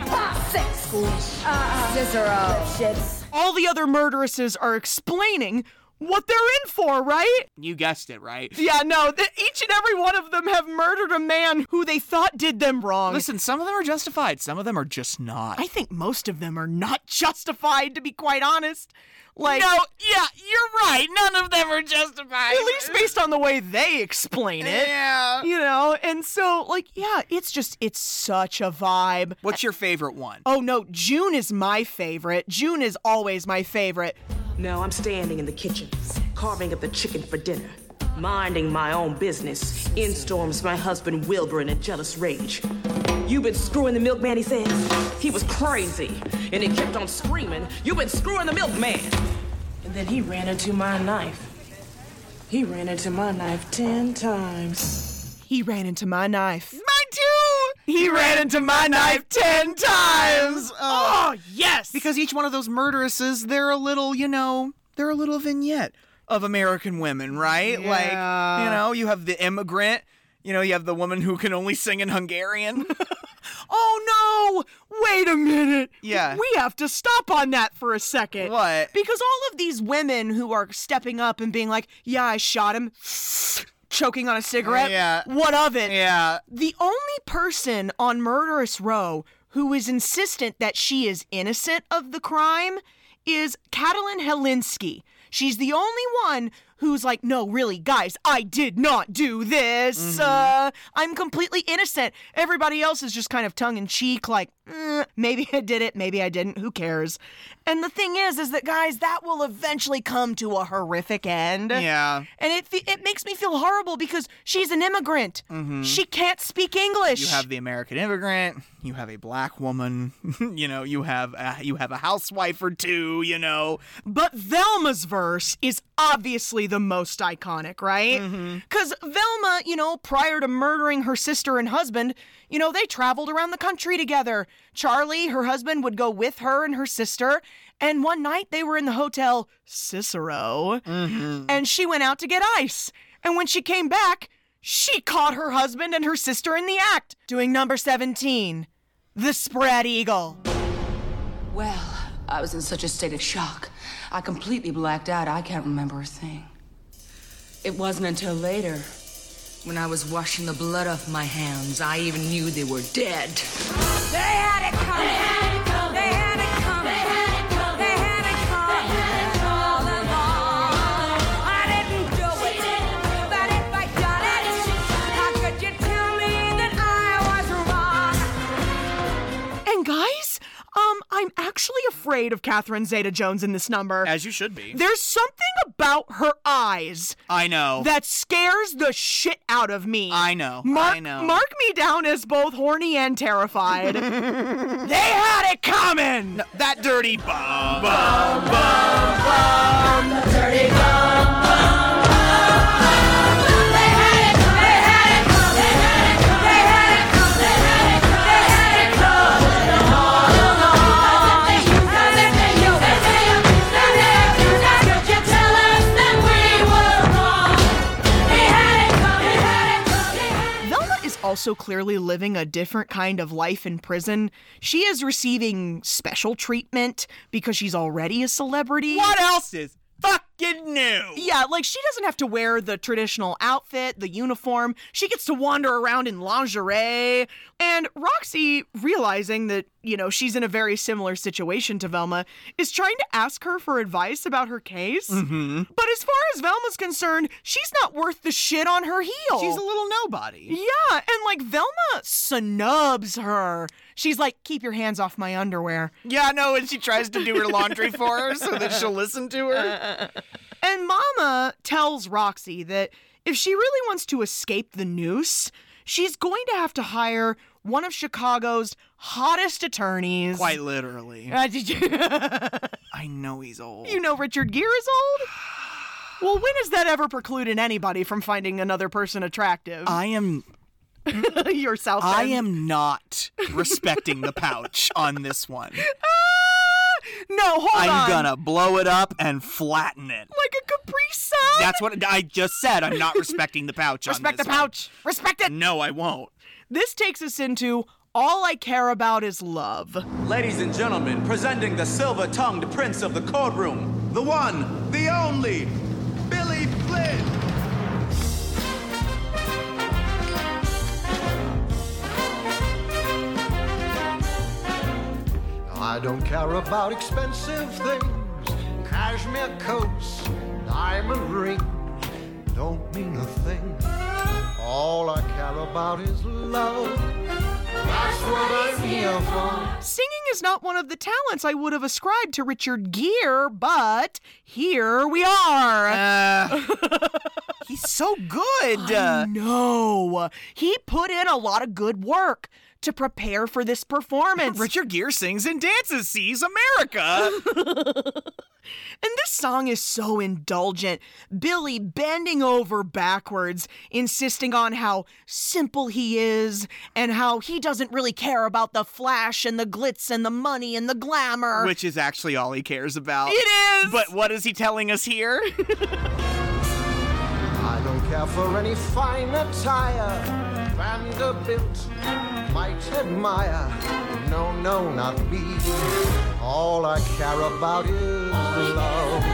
Six.
Uh, Cicero.
All the other murderesses are explaining what they're in for, right?
You guessed it, right?
Yeah, no, th- each and every one of them have murdered a man who they thought did them wrong.
Listen, some of them are justified, some of them are just not.
I think most of them are not justified, to be quite honest. Like, no,
yeah, you're right. None of them are justified.
At least based on the way they explain it.
Yeah.
You know, and so, like, yeah, it's just, it's such a vibe.
What's your favorite one?
Oh, no, June is my favorite. June is always my favorite.
No, I'm standing in the kitchen, carving up the chicken for dinner, minding my own business. In storms my husband Wilbur in a jealous rage. You've been screwing the milkman, he says. He was crazy, and he kept on screaming, You've been screwing the milkman. And then he ran into my knife. He ran into my knife ten times.
He ran into my knife.
Mine too!
He ran into my knife ten times! Oh, yes!
Because each one of those murderesses, they're a little, you know, they're a little vignette of American women, right? Like, you
Yeah.
know, you have the immigrant, you know, you have the woman who can only sing in Hungarian.
Oh no! Wait a minute!
Yeah.
We have to stop on that for a second.
What?
Because all of these women who are stepping up and being like, yeah, I shot him, choking on a cigarette.
Uh, Yeah.
What of it?
yeah.
The only person on Murderous Row who is insistent that she is innocent of the crime is Catalin Helinski. She's the only one who's like, no, really, guys, I did not do this.
Mm-hmm.
Uh, I'm completely innocent. Everybody else is just kind of tongue in cheek, like, "Eh, maybe I did it, maybe I didn't, who cares? And the thing is, is that, guys, that will eventually come to a horrific end.
Yeah.
And it, fe- it makes me feel horrible because she's an immigrant.
Mhm.
She can't speak English.
You have the American immigrant. You have a black woman. you know, you have a, you have a housewife or two. You know,
But Velma's verse is obviously the most iconic, right? Because Velma, you know, prior to murdering her sister and husband, you know, they traveled around the country together. Charlie, her husband, would go with her and her sister. And one night they were in the hotel Cicero, and she went out to get ice. And when she came back, she caught her husband and her sister in the act doing number 17, the spread eagle.
Well, I was in such a state of shock. I completely blacked out. I can't remember a thing. It wasn't until later, when I was washing the blood off my hands, I even knew they were dead.
They had it coming. They had it coming. They had it coming. They had it coming. They had it coming. They had it all along. I didn't do it. But if I got it, how could you tell me that I was wrong?
And guys, um, I'm actually afraid of Catherine Zeta Jones in this number.
as you should be.
There's something about her eyes
I know.
that scares the shit out of me.
Oh. I know.
Mark,
I know.
mark me down as both horny and terrified. they had it coming.
that dirty bum.
Velma is also clearly living a different kind of life in prison. She is receiving special treatment because she's already a celebrity.
What else is fucking new?
Yeah, like she doesn't have to wear the traditional outfit, the uniform. She gets to wander around in lingerie. And Roxy, realizing that, you know, she's in a very similar situation to Velma, is trying to ask her for advice about her case.
Mhm.
But as far as Velma's concerned, she's not worth the shit on her heel.
She's a little nobody.
Yeah, and like Velma snubs her. She's like, keep your hands off my underwear.
Yeah, no, and she tries to do her laundry for her so that she'll listen to
Uh,
her.
And Mama tells Roxy that if she really wants to escape the noose, she's going to have to hire one of Chicago's hottest attorneys.
Quite literally.
Uh, did you,
I know he's old.
you know Richard Gere is old? Well, when has that ever precluded anybody from finding another person attractive?
I am
Yourself.
I am not respecting the pouch on this one.
Ah, No, hold
I'm
on.
gonna blow it up and flatten it.
Like a Capri Sun.
That's what I just said. I'm not respecting the pouch on
Respect the
this one.
pouch. Respect it.
No, I won't.
This takes us into all I care about is love.
Ladies and gentlemen, presenting the silver tongued prince of the courtroom, the one, the only, Billy Flynn.
I don't care about expensive things, cashmere coats, diamond rings. Don't mean a thing. All I care about is love. That's what I'm here for.
Singing is not one of the talents I would have ascribed to Richard Gere, but here we are.
he's so good.
No, he put in a lot of good work to prepare for this performance.
Richard Gere sings and dances, sees America.
And this song is so indulgent. Billy bending over backwards, insisting on how simple he is and how he doesn't really care about the flash and the glitz and the money and the glamour.
Which is actually all he cares about.
It is!
But what is he telling us here?
I don't care for any fine attire. Vanderbilt might admire. No, no, not me. All I care about is love.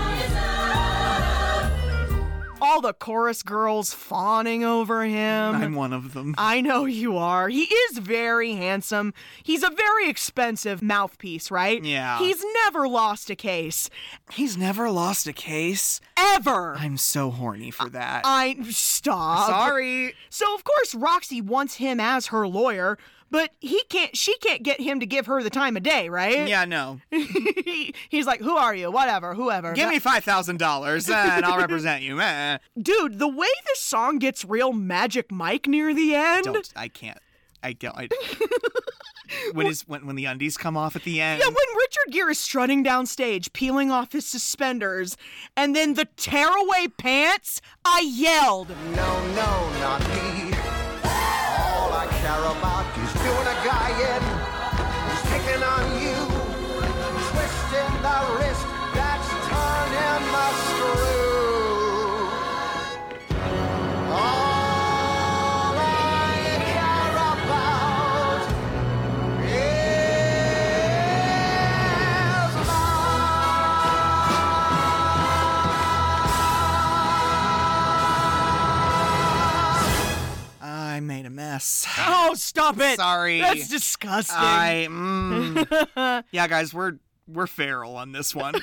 all the chorus girls fawning over him.
I'm one of them.
I know you are. He is very handsome. He's a very expensive mouthpiece, right?
Yeah.
He's never lost a case.
He's never lost a case.
Ever.
I'm so horny for that.
I stop.
Sorry.
So of course Roxy wants him as her lawyer, but he can't she can't get him to give her the time of day, right?
yeah, no.
He- He's like, "Who are you? Whatever, whoever."
Give me five thousand dollars and I'll represent you. Eh.
Dude, the way this song gets real Magic Mike near the end.
Don't. I can't. I don't. I, when is when when the undies come off at the end?
Yeah, when Richard Gere is strutting downstage, peeling off his suspenders, and then the tearaway pants, I yelled.
No, no, not me. All I care about is doing a guy in. He's picking on you, twisting the wrist that's turning the screw. All I care about is
I made a mess.
Oh, stop it.
Sorry.
That's disgusting.
I. mm. yeah, guys, we're we're feral on this one.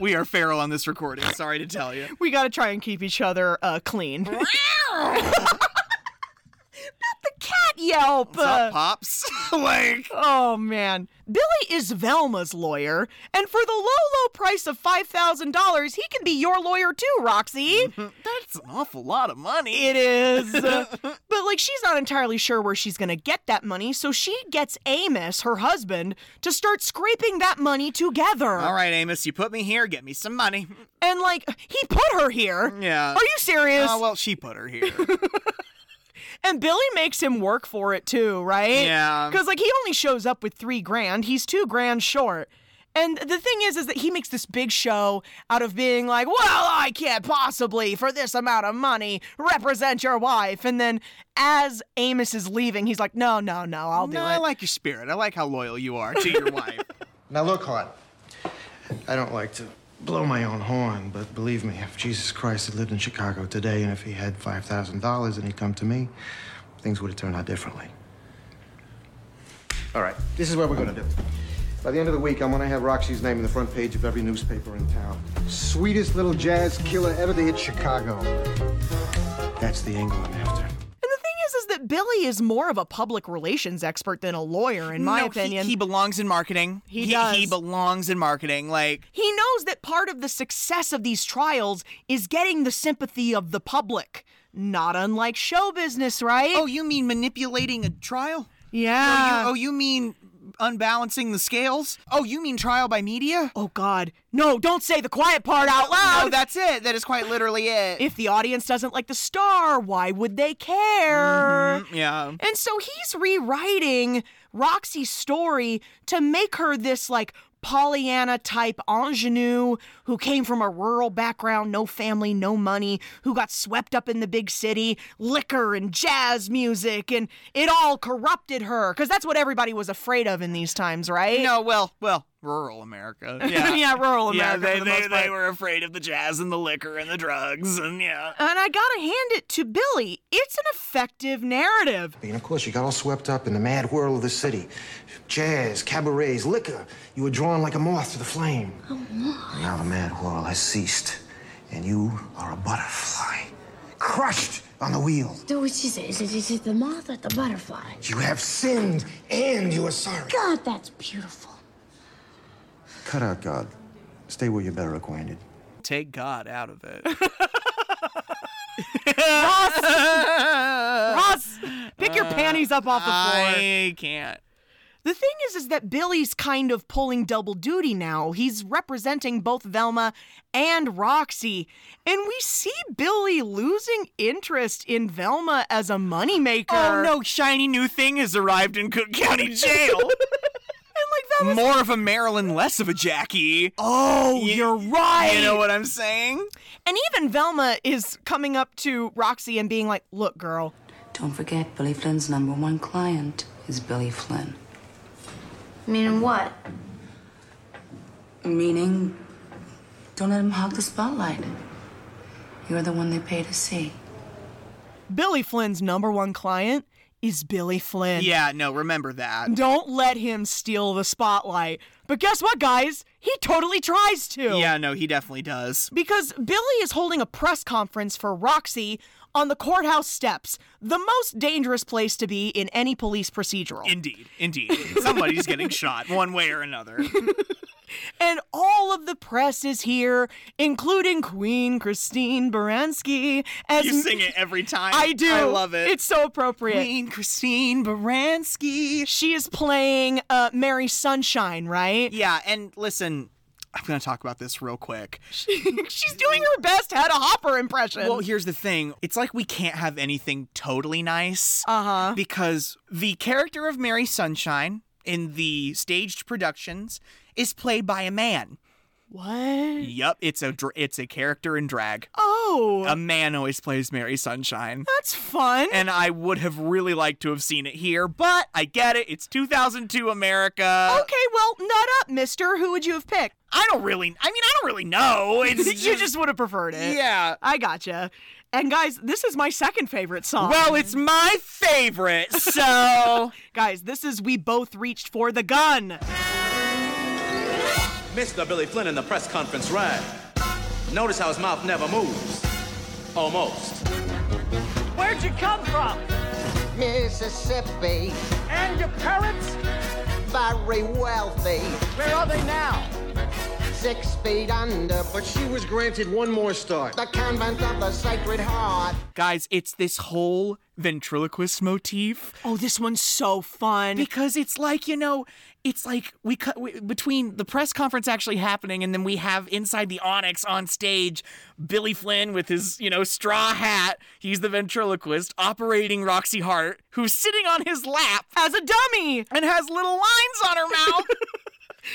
we are feral on this recording. Sorry to tell you.
We got to try and keep each other uh, clean. Not the cat yelp. uh.
What's up, pops? like,
oh man, Billy is Velma's lawyer, and for the low, low price of five thousand dollars, he can be your lawyer too, Roxy.
Mm-hmm. That's an awful lot of money.
It is. but like she's not entirely sure where she's going to get that money, so she gets Amos, her husband, to start scraping that money together.
All right, Amos, you put me here. Get me some money.
And like he put her here.
Yeah.
Are you serious?
Oh well, she put her here.
And Billy makes him work for it too, right?
Yeah.
Cuz like he only shows up with 3 grand. He's 2 grand short. And the thing is is that he makes this big show out of being like, "Well, I can't possibly for this amount of money represent your wife." And then as Amos is leaving, he's like, "No, no, no, I'll do
no,
it."
I like your spirit. I like how loyal you are to your wife.
Now look, hon. I don't like to blow my own horn, but believe me, if Jesus Christ had lived in Chicago today and if he had $5,000 and he'd come to me, things would have turned out differently. All right, this is what we're going to do. By the end of the week, I'm going to have Roxy's name on the front page of every newspaper in town. Sweetest little jazz killer ever to hit Chicago. That's the angle I'm after.
And the thing is, is that Billy is more of a public relations expert than a lawyer, in my
No, he-
opinion.
he, belongs in marketing.
He
he
does.
belongs in marketing. Like,
He knows that part of the success of these trials is getting the sympathy of the public. Not unlike show business, right?
oh, you mean manipulating a trial?
yeah.
Oh, you, oh, you mean unbalancing the scales? Oh, you mean trial by media?
Oh, God. No, don't say the quiet part out loud.
No, that's it. That is quite literally it.
if the audience doesn't like the star, why would they care?
yeah.
And so he's rewriting Roxy's story to make her this like Pollyanna type ingenue who came from a rural background, no family, no money, who got swept up in the big city, liquor and jazz music, and it all corrupted her. Because that's what everybody was afraid of in these times, right?
No, well, well, rural America. Yeah.
Yeah, rural America
Yeah, they,
for the
they,
most
they
part.
were afraid of the jazz and the liquor and the drugs and yeah.
And I gotta hand it to Billy. It's an effective narrative.
And of course, you got all swept up in the mad whirl of the city. Jazz, cabarets, liquor. You were drawn like a moth to the flame. Now the mad whirl has ceased, and you are a butterfly, crushed on the wheel.
So what she says is, is it the moth or the butterfly?
You have sinned, and you are sorry.
God, that's beautiful.
Cut out God. Stay where you're better acquainted.
Take God out of it.
Ross, pick your panties up off the floor.
Uh, I can't.
The thing is, is that Billy's kind of pulling double duty now. He's representing both Velma and Roxy, and we see Billy losing interest in Velma as a moneymaker.
Oh no, shiny new thing has arrived in Cook County Jail.
And like Velma's,
More of a Marilyn, less of a Jackie.
oh,
You-
you're right.
You know what I'm saying?
and even Velma is coming up to Roxy and being like, "Look, girl,
Don't forget, Billy Flynn's number one client is Billy Flynn.
Meaning what?
Meaning, don't let him hog the spotlight. You're the one they pay to see.
Billy Flynn's number one client is Billy Flynn.
Yeah, no, remember that.
Don't let him steal the spotlight. But guess what, guys? He totally tries to.
Yeah, no, he definitely does.
Because Billy is holding a press conference for Roxy on the courthouse steps, the most dangerous place to be in any police procedural.
Indeed, indeed. Somebody's getting shot one way or another.
And all of the press is here, including Queen Christine Baranski. As
You sing it every time.
I do.
I love it.
It's so appropriate.
Queen Christine Baranski.
She is playing uh, Mary Sunshine, right?
Yeah, and listen, I'm going to talk about this real quick.
She's doing her best Hedda Hopper impression.
Well, here's the thing. It's like we can't have anything totally nice. Uh-huh. Because the character of Mary Sunshine in the staged productions is played by a man.
what?
Yup, it's a dr- it's a character in drag.
Oh,
A man always plays Mary Sunshine.
that's fun.
And I would have really liked to have seen it here, but I get it. It's 2002 America.
okay, well, nut up, mister. Who would you have picked?
I don't really. I mean, I don't really know. It's
you just would have preferred it.
yeah.
I gotcha. And guys, this is my second favorite song.
Well, it's my favorite. So
guys, this is We Both Reached for the Gun.
Mr. Billy Flynn in the press conference rhyme. Notice how his mouth never moves. Almost.
Where'd you come from?
Mississippi,
And your parents?
very wealthy,
Where are they now?
six feet under, but she was granted one more start. The convent of the Sacred Heart.
Guys, it's this whole ventriloquist motif
Oh, this one's so fun.
because it's like, you know, it's like we cut we, between the press conference actually happening and then we have inside the Onyx on stage Billy Flynn with his, you know, straw hat. He's the ventriloquist operating Roxy Hart, who's sitting on his lap
As a dummy.
and has little lines on her mouth.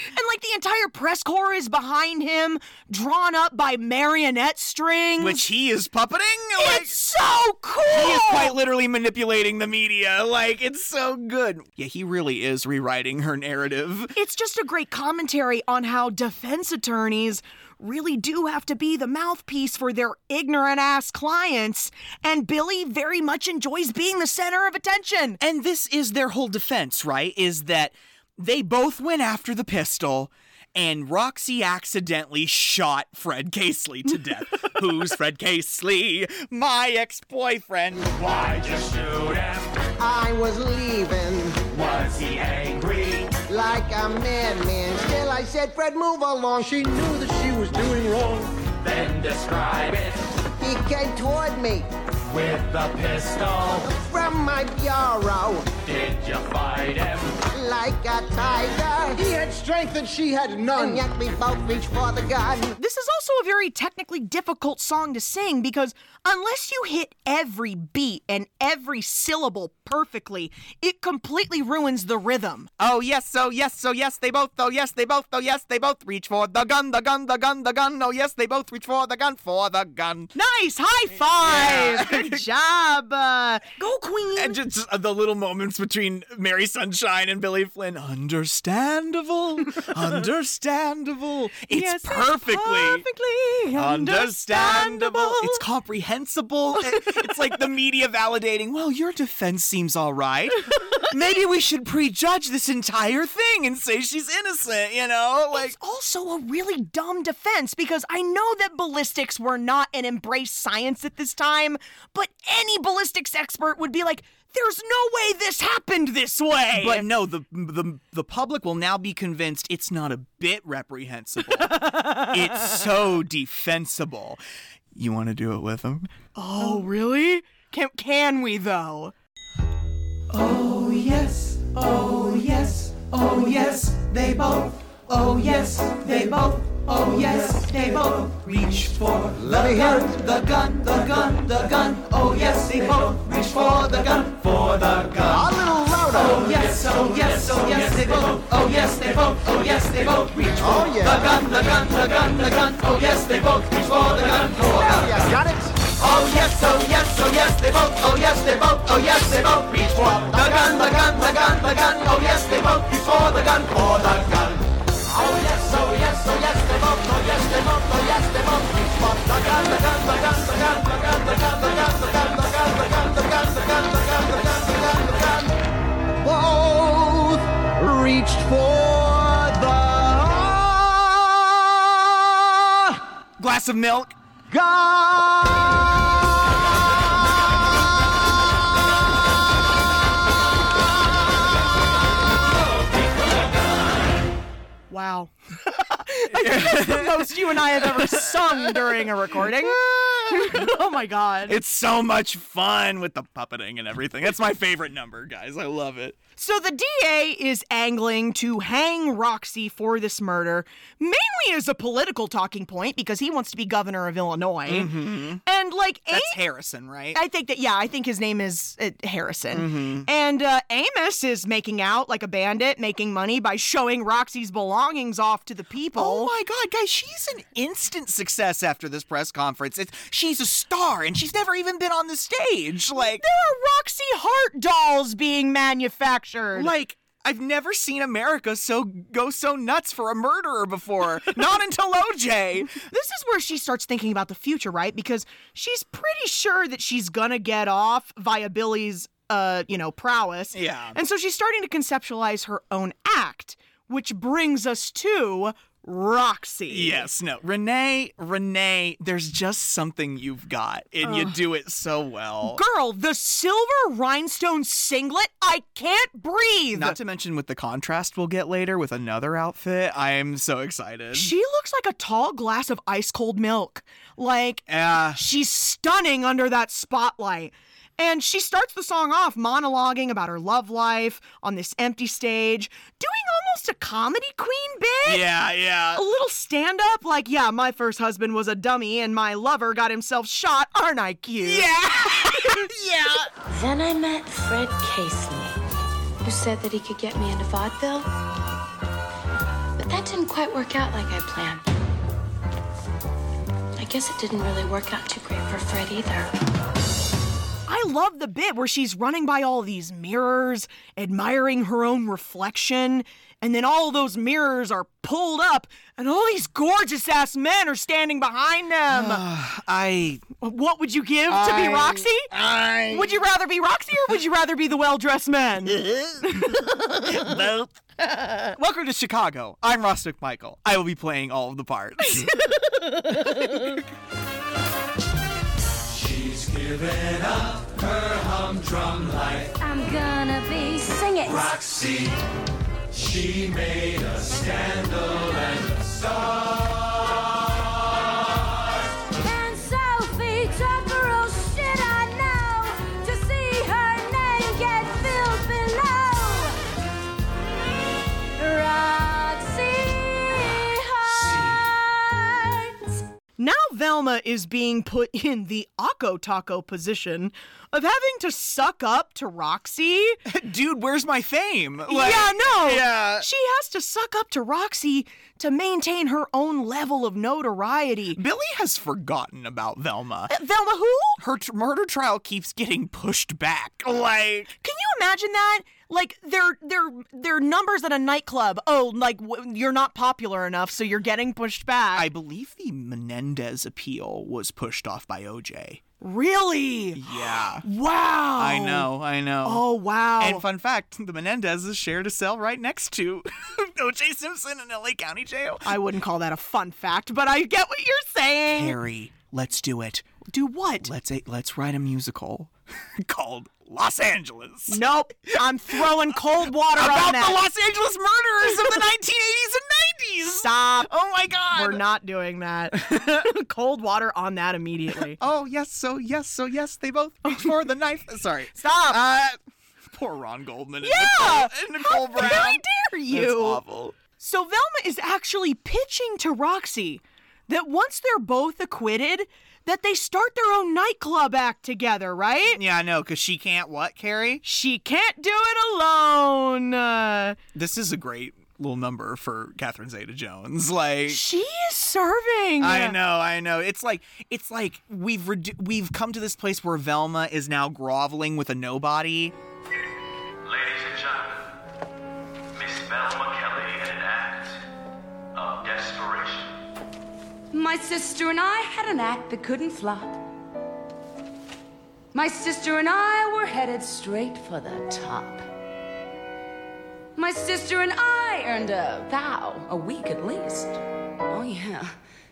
And like the entire press corps is behind him, drawn up by marionette strings.
which he is puppeting. Like,
it's so cool.
he is quite literally manipulating the media. Like, it's so good. Yeah, he really is rewriting her narrative.
It's just a great commentary on how defense attorneys really do have to be the mouthpiece for their ignorant ass clients, and Billy very much enjoys being the center of attention.
And this is their whole defense, right? Is that they both went after the pistol. And Roxy accidentally shot Fred Casely to death. Who's Fred Casely? My ex boyfriend.
Why'd you shoot him?
I was leaving
Was he angry?
like a madman. Still, I said, Fred, move along. She knew that she was doing wrong.
Then describe it
He came toward me
with the pistol.
from my bureau
Did you fight him?
like a tiger.
He had strength and she had
And
none.
yet we both reached for the gun.
This is also a very technically difficult song to sing because unless you hit every beat and every syllable perfectly, it completely ruins the rhythm.
Oh, yes, so yes, so yes, they both, oh, yes, they both, oh, yes, they both reach for the gun, the gun, the gun, the gun. Oh, yes, they both reach for the gun, for the gun.
Nice, high five! Good job. Uh, go, Queen.
And just uh, the little moments between Mary Sunshine and Billy Flynn. Understandable. understandable. It's
Yes,
perfectly.
perfectly
Understandable. It's comprehensible. It- it's like the media validating, well, your defense seems all right. Maybe we should prejudge this entire thing and say she's innocent, you know? Like,
It's also a really dumb defense because I know that ballistics were not an embraced science at this time, but any ballistics expert would be like, there's no way this happened this way.
But no, the, the the public will now be convinced it's not a bit reprehensible. it's so defensible. You want to do it with them?
oh, really? Can, can we, though?
Oh,
Oh, Let me hear it. The gun, the gun, the gun. Oh yes, they both reach for the gun, for the gun. A little louder. Oh yes, oh yes, oh yes, they both. Oh yes, they both. Oh yes, they both reach for the gun, the gun, the gun, the gun. Oh yes, they both reach for the gun, for the gun. Got it. Oh yes, oh yes, oh yes, they both. Oh yes, they both. Oh yes, they both reach for the gun, the gun, the gun, the gun. Oh yes, they both reach for the gun, for the gun. Oh yes, oh yes, oh yes, they both. Oh yes, they both. Oh yes, they both reach for the gun, the gun, the gun, the gun.
glass of milk.
Wow. I think that's the most you and I have ever sung during a recording. oh my god.
It's so much fun with the puppeting and everything. That's my favorite number, guys. I love it.
So the DA is angling to hang Roxy for this murder, mainly as a political talking point because he wants to be governor of Illinois.
Mhm.
And like
That's
Am-
Harrison, right?
I think that yeah, I think his name is uh, Harrison.
Mhm.
And uh, Amos is making out like a bandit, making money by showing Roxy's belongings off to the people.
Oh my god, guys, she's an instant success after this press conference. It's, she's a star and she's never even been on the stage. Like
there are Roxy Hart dolls being manufactured.
Like I've never seen America so go so nuts for a murderer before. Not until OJ.
This is where she starts thinking about the future, right? Because she's pretty sure that she's gonna get off via Billy's, uh, you know, prowess.
Yeah.
And so she's starting to conceptualize her own act, which brings us to Roxy.
Yes, no. Renee, Renee, there's just something you've got and you
Ugh.
do it so well.
Girl, the silver rhinestone singlet, I can't breathe.
Not to mention with the contrast we'll get later with another outfit. I am so excited.
She looks like a tall glass of ice cold milk. Like,
Yeah.
she's stunning under that spotlight. And she starts the song off monologuing about her love life on this empty stage, doing almost a comedy queen bit.
Yeah, yeah.
A little stand up, like, yeah, my first husband was a dummy and my lover got himself shot. Aren't I cute?
Yeah.
yeah.
Then I met Fred Casey, who said that he could get me into vaudeville. But that didn't quite work out like I planned. I guess it didn't really work out too great for Fred either.
I love the bit where she's running by all these mirrors, admiring her own reflection, and then all those mirrors are pulled up, and all these gorgeous ass men are standing behind them.
I.
What would you give to
I-
be Roxy? Would you rather be Roxy or would you rather be the well dressed man?
Nope. Welcome to Chicago. I'm Ross McMichael. I will be playing all of the parts.
She's given up her humdrum life.
I'm gonna be singing.
Roxy, she made a scandal and a star.
And Sophie took her, oh shit, I know, to see her name get filled below. Roxy Hart.
Now Velma is being put in the Akko Taco position of having to suck up to Roxy.
Dude, where's my fame? Like,
yeah, no.
yeah.
She has to suck up to Roxy to maintain her own level of notoriety. Uh,
Billy has forgotten about Velma.
Velma who?
Her t- murder trial keeps getting pushed back. Oh, Like,
Can you imagine that? Like they're they're they're numbers at a nightclub. Oh, like w- you're not popular enough, so you're getting pushed back.
I believe the Menendez appeal was pushed off by OJ.
Really?
Yeah.
Wow.
I know, I know.
Oh wow.
And fun fact the Menendezes shared a cell right next to OJ Simpson in LA County Jail.
I wouldn't call that a fun fact, but I get what you're saying.
Harry, let's do it.
Do what?
Let's let's write a musical called Los Angeles.
Nope. I'm throwing cold water
About
on that.
the Los Angeles murderers of the 1980s and 90s.
Stop.
Oh my god.
We're not doing that. cold water on that immediately.
Oh yes, so yes, so yes. They both reach for the knife. Sorry.
Stop.
Uh, poor Ron Goldman. and
Yeah!
Nicole- And Nicole Brown.
How dare you?
That's awful.
So Velma is actually pitching to Roxy that once they're both acquitted, that they start their own nightclub act together, right?
Yeah, I know, because she can't what, Carrie?
She can't do it alone. Uh,
This is a great little number for Catherine Zeta Jones. Like
she is serving.
I know, I know. It's like it's like we've redu- we've come to this place where Velma is now groveling with a nobody.
Ladies and gentlemen, Miss Velma Kelly in an act of desperation.
My sister and I had an act that couldn't flop. My sister and I were headed straight for the top. My sister and I earned a vow, a week at least. Oh, yeah.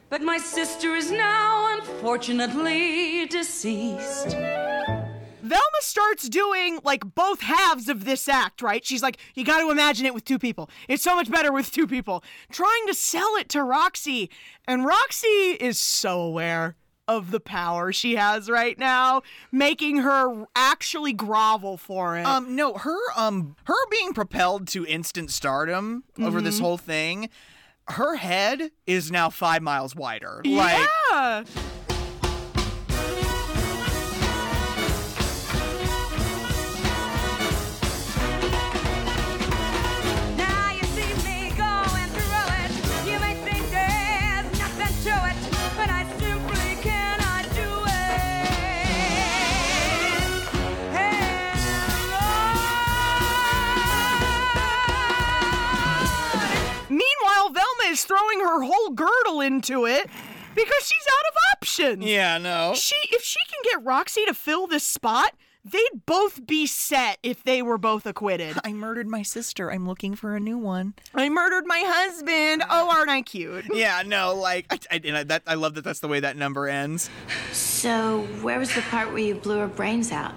But my sister is now unfortunately deceased.
Velma starts doing like both halves of this act, right? She's like, you got to imagine it with two people. It's so much better with two people. Trying to sell it to Roxy. And Roxy is so aware of the power she has right now, making her actually grovel for it.
Um, no, her um her being propelled to instant stardom over this
Mhm.
whole thing, her head is now five miles wider. Like
yeah.
Now you see me going through it. You may think there's nothing to it, but I simply cannot do it.
Meanwhile, Velma is throwing her whole girdle into it because she's out of options.
Yeah, no.
She if she can get Roxy to fill this spot, they'd both be set if they were both acquitted.
I murdered my sister. I'm looking for a new one.
I murdered my husband. Oh, aren't I cute?
Yeah, no, like I, I, and I, that, I love that that's the way that number ends.
So, where was the part where you blew her brains out?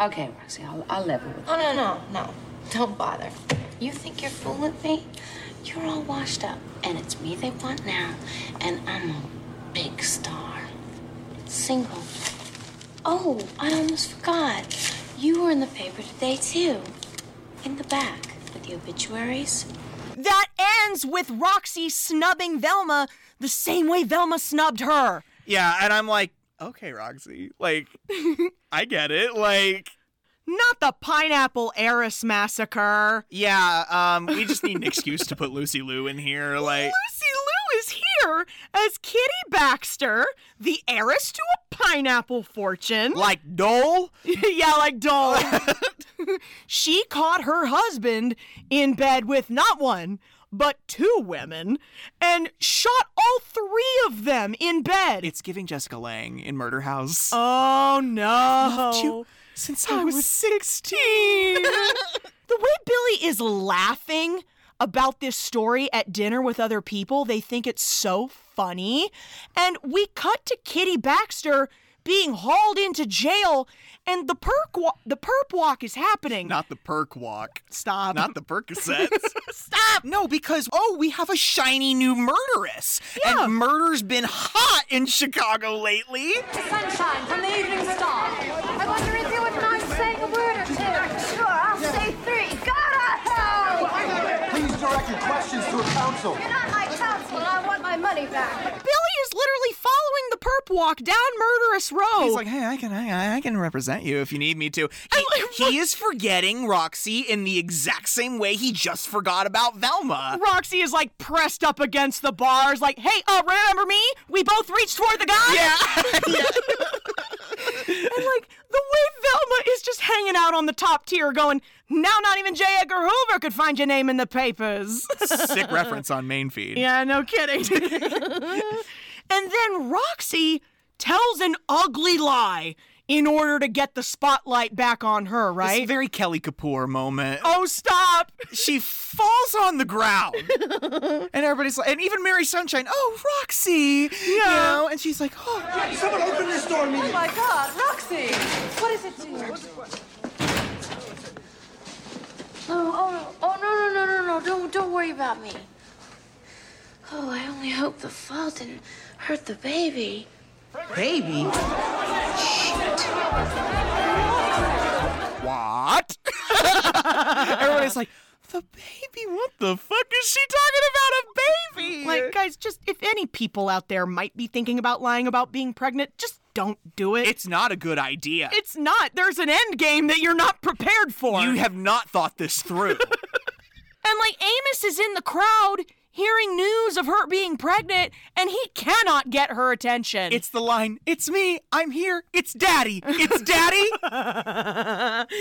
Okay, Roxy, I'll, I'll level with
Oh, no, no, no. Don't bother. You think you're fooling me? You're all washed up, and it's me they want now, and I'm a big star. Single. Oh, I almost forgot. You were in the paper today, too. In the back, with the obituaries.
That ends with Roxy snubbing Velma the same way Velma snubbed her.
Yeah, and I'm like, okay, Roxy, like I get it. Like,
Not the pineapple heiress massacre.
yeah, um, we just need an excuse to put Lucy Lou in here. Like,
Lucy Lou is here as Kitty Baxter, the heiress to a pineapple fortune.
Like Dole?
yeah, like Dole. she caught her husband in bed with not one, but two women and shot all three of them in bed.
it's giving Jessica Lang in Murder House.
Oh no.
Loved you
since
I was
16. the way Billy is laughing about this story at dinner with other people, they think it's so funny. And we cut to Kitty Baxter being hauled into jail and the perk wa- the perp walk is happening.
Not the perk walk.
Stop.
Not the Percocets.
Stop.
Um, No, because oh, we have a shiny new murderess, and murder's been hot in Chicago lately.
Sunshine from the evening star. I wonder if you would mind saying a word or two. Sure, I'll say three. God, I help!
Please direct your questions to a counsel.
You're not my counsel, and I want my money back.
Billy is literally following the perp walk down Murderous Row.
He's like, hey, I can, I, I can represent you if you need me to. He, he is forgetting Roxy in the exact same way he just forgot about Velma.
Roxy is like pressed up against the bars, like, hey, uh, remember me? We both reached toward the guy.
Yeah.
and like the way Velma is just hanging out on the top tier, going, now not even J. Edgar Hoover could find your name in the papers.
Sick reference on main feed.
Yeah, no kidding. and then Roxy tells an ugly lie in order to get the spotlight back on her,
This
right?
very Kelly Kapoor moment.
oh, stop.
She falls on the ground.
Uh-huh.
and everybody's like, and even Mary Sunshine, oh, Roxy. You know, and she's like, oh.
Someone open this door immediately.
Oh my God, Roxy! What is it to you?
Oh, oh, no, oh, no, no, no, no. Don't, don't worry about me. Oh, I only hope the fall didn't hurt the baby.
Baby?
What? everybody's like, the baby, what the fuck is she talking about? A baby.
Like, guys, just if any people out there might be thinking about lying about being pregnant, just don't do it.
it's not a good idea.
It's not. There's an end game that you're not prepared for.
you have not thought this through.
And like Amos is in the crowd hearing news of her being pregnant, and he cannot get her attention.
It's the line, it's me, I'm here, it's daddy, it's daddy.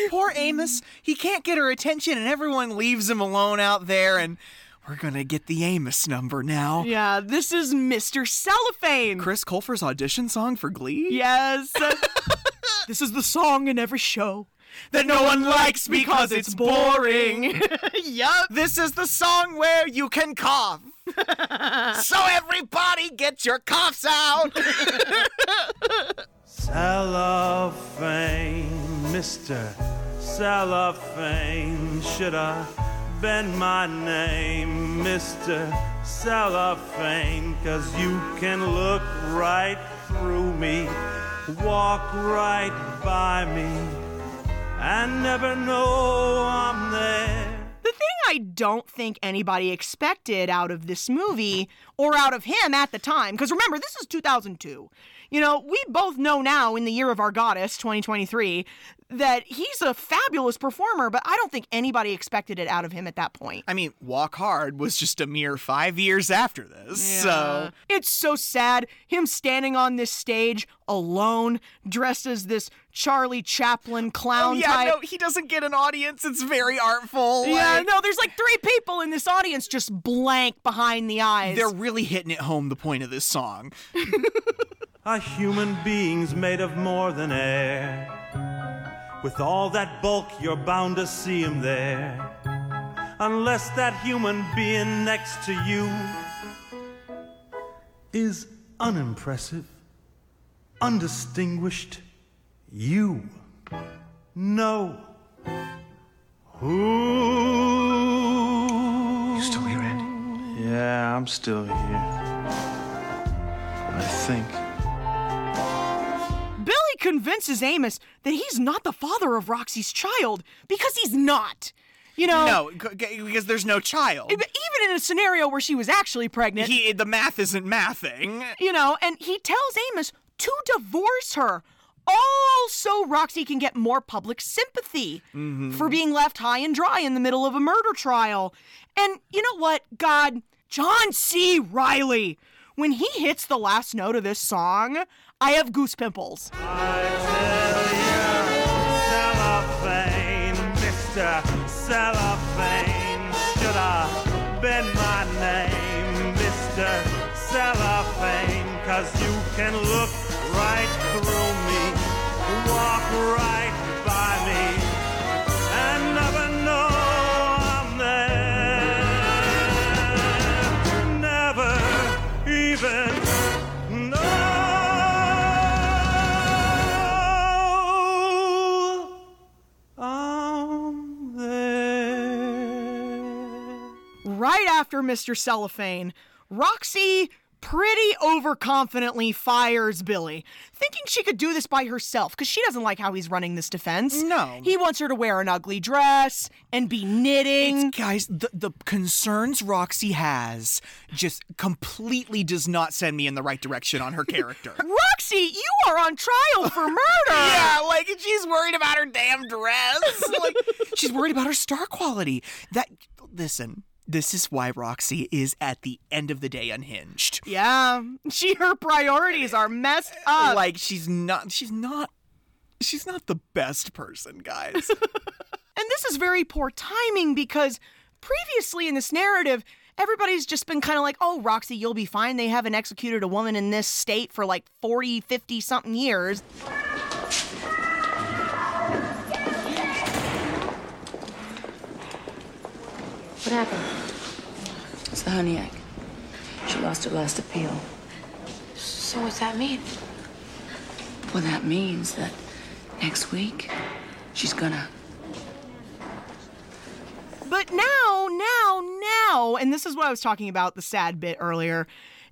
Poor Amos, he can't get her attention, and everyone leaves him alone out there, and we're gonna get the Amos number now.
yeah, this is Mr. Cellophane.
Chris Colfer's audition song for Glee?
Yes. this is the song in every show.
That no one likes because it's boring.
yup.
This is the song where you can cough. so every Get your coughs out!
Cellophane, Mr. Cellophane, should have been my name, Mr. Cellophane, cause you can look right through me, walk right by me, and never know I'm there.
The thing I don't think anybody expected out of this movie or out of him at the time, because remember, this is 2002. You know, we both know now in the year of our goddess, 2023, that he's a fabulous performer, but I don't think anybody expected it out of him at that point.
I mean, Walk Hard was just a mere five years after this, so.
It's so sad. Him standing on this stage alone, dressed as this Charlie Chaplin clown
Oh, yeah,
type.
no, he doesn't get an audience. It's very artful.
Yeah,
like-
no, there's like three people in this audience just blank behind the eyes.
They're really hitting it home, the point of this song.
Are human beings made of more than air? With all that bulk, you're bound to see him there. Unless that human being next to you is unimpressive, undistinguished, you know who. You still here, Andy? Yeah, I'm still here. I think.
Billy convinces Amos that he's not the father of Roxy's child because he's not. You know,
No, c- c- because there's no child.
e- even in a scenario where she was actually pregnant,
He, the math isn't mathing.
you know, and he tells Amos to divorce her. All so Roxy can get more public sympathy
Mhm.
for being left high and dry in the middle of a murder trial. And you know what? God, John C. Riley, when he hits the last note of this song, I have goose pimples.
Cellophane, Mr. Cellophane, should have been my name, Mr. Cellophane, cause you can look right through me, walk right by me, and never know I'm there. Never even know.
Oh,
Right after Mr. Cellophane, Roxy pretty overconfidently fires Billy, thinking she could do this by herself because she doesn't like how he's running this defense. No. He wants her to wear an ugly dress and be knitting.
It's- guys, the, the concerns Roxy has just completely does not send me in the right direction on her character.
Roxy, you are on trial for murder.
yeah, like she's worried about her damn dress. like she's worried about her star quality. That listen, this is why Roxy is at the end of the day unhinged.
Yeah, she her priorities are messed up.
Like she's not she's not she's not the best person, guys.
And this is very poor timing because previously in this narrative, everybody's just been kind of like, oh, Roxy, you'll be fine. They haven't executed a woman in this state for like 40, 50 something years.
What happened? It's the Honeyek. She lost her last appeal.
So what's that mean?
Well, that means that next week she's gonna.
But now, now, now, and this is what I was talking about the sad bit earlier.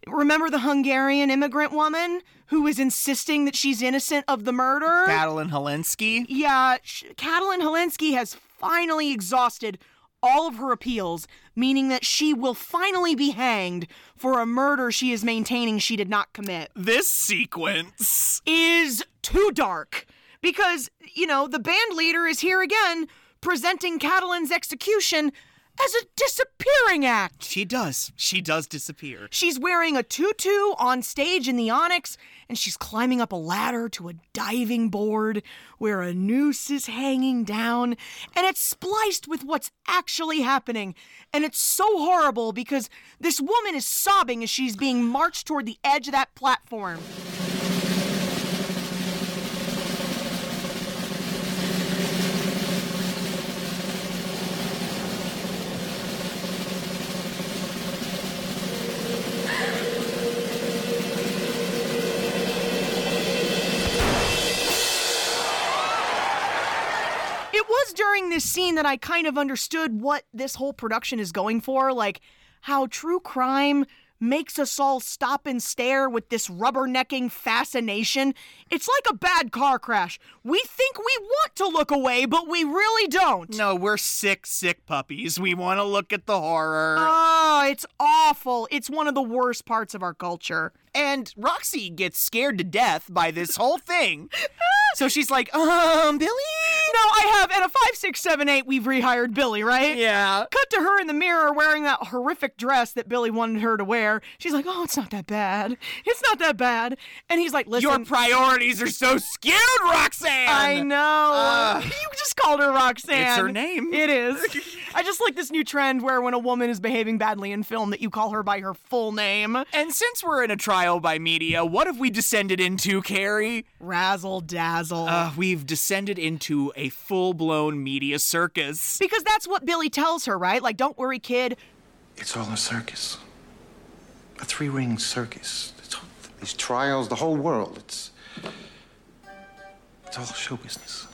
Remember the Hungarian immigrant woman who was insisting that she's innocent of the murder?
Catalin Helensky.
Yeah, sh- Catalin Helensky has finally exhausted all of her appeals, meaning that she will finally be hanged for a murder she is maintaining she did not commit.
This sequence
is too dark because, you know, the band leader is here again presenting Catalin's execution as a disappearing act.
She does. She does disappear.
She's wearing a tutu on stage in the Onyx, and she's climbing up a ladder to a diving board where a noose is hanging down, and it's spliced with what's actually happening. And it's so horrible because this woman is sobbing as she's being marched toward the edge of that platform. during this scene that I kind of understood what this whole production is going for, like how true crime makes us all stop and stare with this rubbernecking fascination. It's like a bad car crash. We think we want to look away, but we really don't.
No, we're sick, sick puppies. We want to look at the horror.
Oh, it's awful. It's one of the worst parts of our culture.
And Roxy gets scared to death by this whole thing. so she's like, um, Billy?
No, I have. And a 5678, we've rehired Billy, right?
Yeah.
Cut to her in the mirror wearing that horrific dress that Billy wanted her to wear. She's like, oh, it's not that bad. It's not that bad. And he's like, listen.
Your priorities are so skewed, Roxanne!
I know.
Ugh.
you just called her Roxanne.
It's her name.
It is. I just like this new trend where when a woman is behaving badly in film that you call her by her full name.
And since we're in a trial by media, what have we descended into, Carrie?
Razzle dazzle.
Uh, we've descended into a full blown media circus.
Because that's what Billy tells her, right? Like, don't worry, kid.
It's all a circus. A three ring circus. It's all, these trials, the whole world. It's. It's all show business.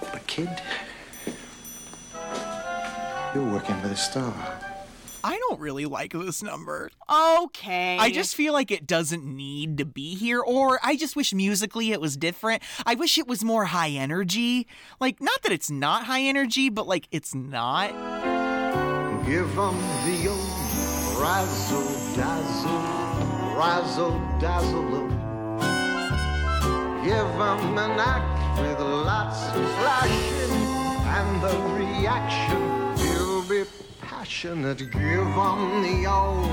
But, kid, you're working with a star.
I don't really like this number.
Okay.
I just feel like it doesn't need to be here, or I just wish musically it was different. I wish it was more high energy. Like, not that it's not high energy, but like it's not.
Give 'em the old razzle dazzle, razzle dazzle. Give 'em an act with lots of flashing and the reaction will be passionate. Give 'em the old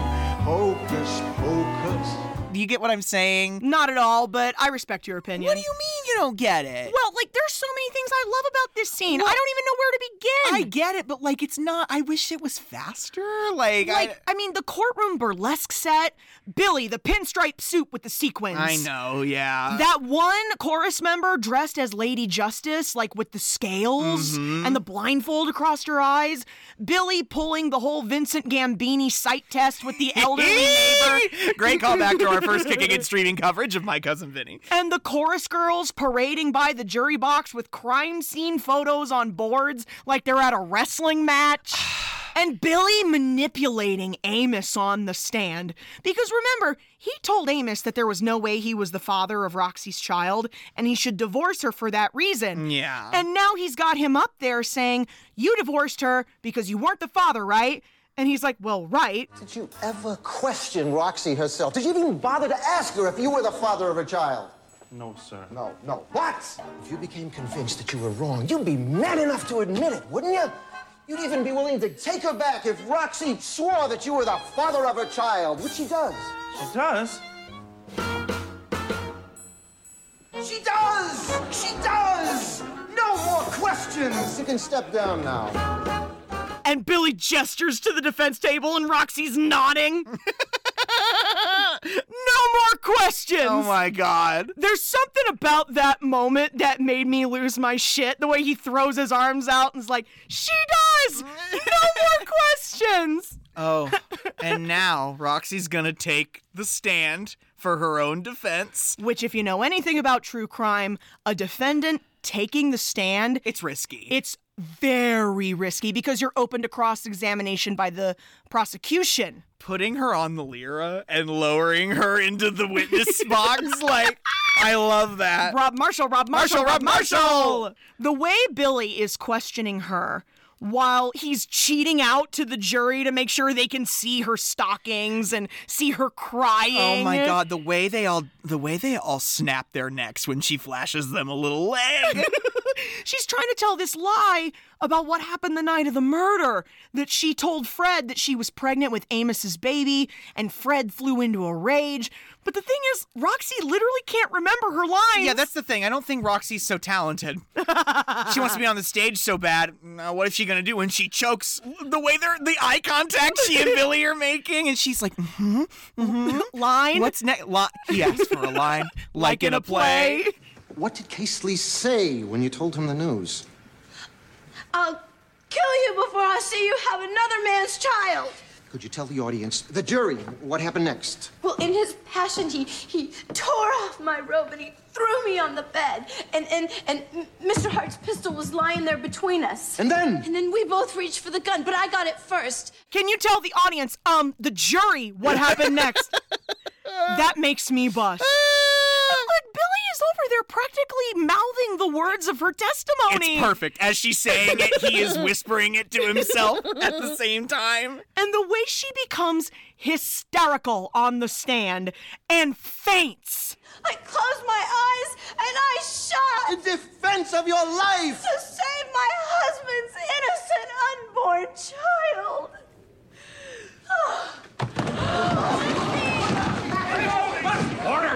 hocus pocus.
Do you get what I'm saying?
Not at all, but I respect your opinion.
What do you mean you don't get it?
Well, like, there's so many things I love about this scene. I don't even know where
I
to begin.
get it, but like it's not. I wish it was faster. Like,
like,
I,
I, mean, the courtroom burlesque set, Billy, the pinstripe suit with the sequins.
I know, yeah.
That one chorus member dressed as Lady Justice, like with the scales
Mm-hmm.
and the blindfold across her eyes. Billy pulling the whole Vincent Gambini sight test with the elderly neighbor.
Great callback to our first kicking and streaming coverage of my cousin Vinny.
And the chorus girls parading by the jury box with crime scene photos on boards like they're at a wrestling match. And Billy manipulating Amos on the stand. Because remember, he told Amos that there was no way he was the father of Roxy's child and he should divorce her for that reason.
Yeah.
And now he's got him up there saying, You divorced her because you weren't the father, right? And he's like, Well, right.
Did you ever question Roxy herself? Did you even bother to ask her if you were the father of her child?
No, sir.
No, no. What? If you became convinced that you were wrong, you'd be man enough to admit it, wouldn't you? You'd even be willing to take her back if Roxy swore that you were the father of her child, which she does.
She does.
She does! She does! No more questions! You can step down now.
And Billy gestures to the defense table, and Roxy's nodding. no more questions.
Oh my god.
There's something about that moment that made me lose my shit. The way he throws his arms out and is like, "She does. No more questions."
Oh, and now Roxy's gonna take the stand for her own defense.
Which, if you know anything about true crime, a defendant taking the stand,
It's risky.
it's very risky because you're open to cross examination by the prosecution.
putting her on the Lyra and lowering her into the witness box. like, I love that.
Rob Marshall, Rob Marshall,
Marshall, Rob Marshall!
The way Billy is questioning her while he's cheating out to the jury to make sure they can see her stockings and see her crying.
Oh my god, the way they all the way they all snap their necks when she flashes them a little leg.
She's trying to tell this lie about what happened the night of the murder that she told Fred that she was pregnant with Amos's baby and Fred flew into a rage. But the thing is, Roxy literally can't remember her lines.
yeah, that's the thing. I don't think Roxy's so talented. she wants to be on the stage so bad. Now, what is she gonna do when she chokes? The way they're the eye contact she and Billy are making, and she's like, mm-hmm, mm-hmm.
line.
What's next? Li- he asked for a line, like, in a play.
What did Casely say when you told him the news?
I'll kill you before I see you have another man's child.
Could you tell the audience, the jury, what happened next?
Well, in his passion, he he tore off my robe and he threw me on the bed. And and and M- Mr. Hart's pistol was lying there between us.
And then?
And then we both reached for the gun, but I got it first.
Can you tell the audience, um, the jury, what happened next? that makes me blush. But Billy is over there practically mouthing the words of her testimony.
It's perfect. As she's saying it, he is whispering it to himself at the same time.
And the way she becomes hysterical on the stand and faints.
I closed my eyes and I shot.
In defense of your life.
To save my husband's innocent unborn child.
Order!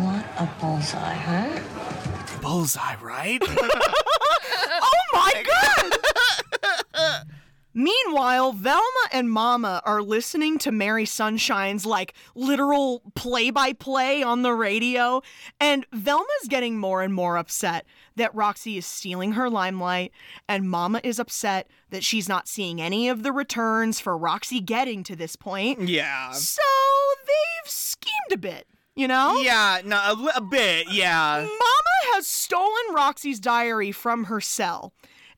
What a bullseye, huh?
Bullseye, right?
oh my god! Meanwhile, Velma and Mama are listening to Mary Sunshine's like literal play by play on the radio, and Velma's getting more and more upset that Roxy is stealing her limelight, and Mama is upset that she's not seeing any of the returns for Roxy getting to this point.
Yeah.
So they've schemed a bit, you know?
Yeah, no, a, li- a bit, yeah.
Mama has stolen Roxy's diary from her cell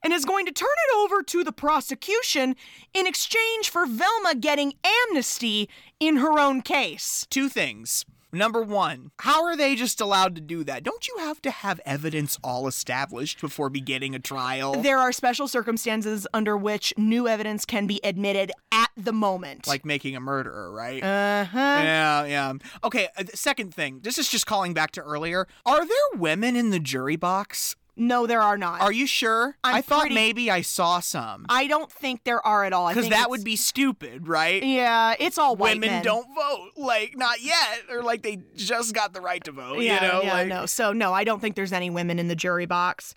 and is going to turn it over to the prosecution in exchange for Velma getting amnesty in her own case.
Two things. Number one, how are they just allowed to do that? Don't you have to have evidence all established before beginning a trial?
There are special circumstances under which new evidence can be admitted at the moment.
like making a murderer, right?
Uh-huh.
Yeah, yeah. Okay, uh, the second thing. This is just calling back to earlier. Are there women in the jury box?
No, there are not.
Are you sure?
I'm
I thought
pretty-
maybe I saw some.
I don't think there are at all. I
Because
think
that
it's-
would be stupid, right?
Yeah, it's all white
Women
men.
don't vote, like not yet, or like they just got the right to vote.
yeah,
you know,
yeah,
like
no. So no, I don't think there's any women in the jury box.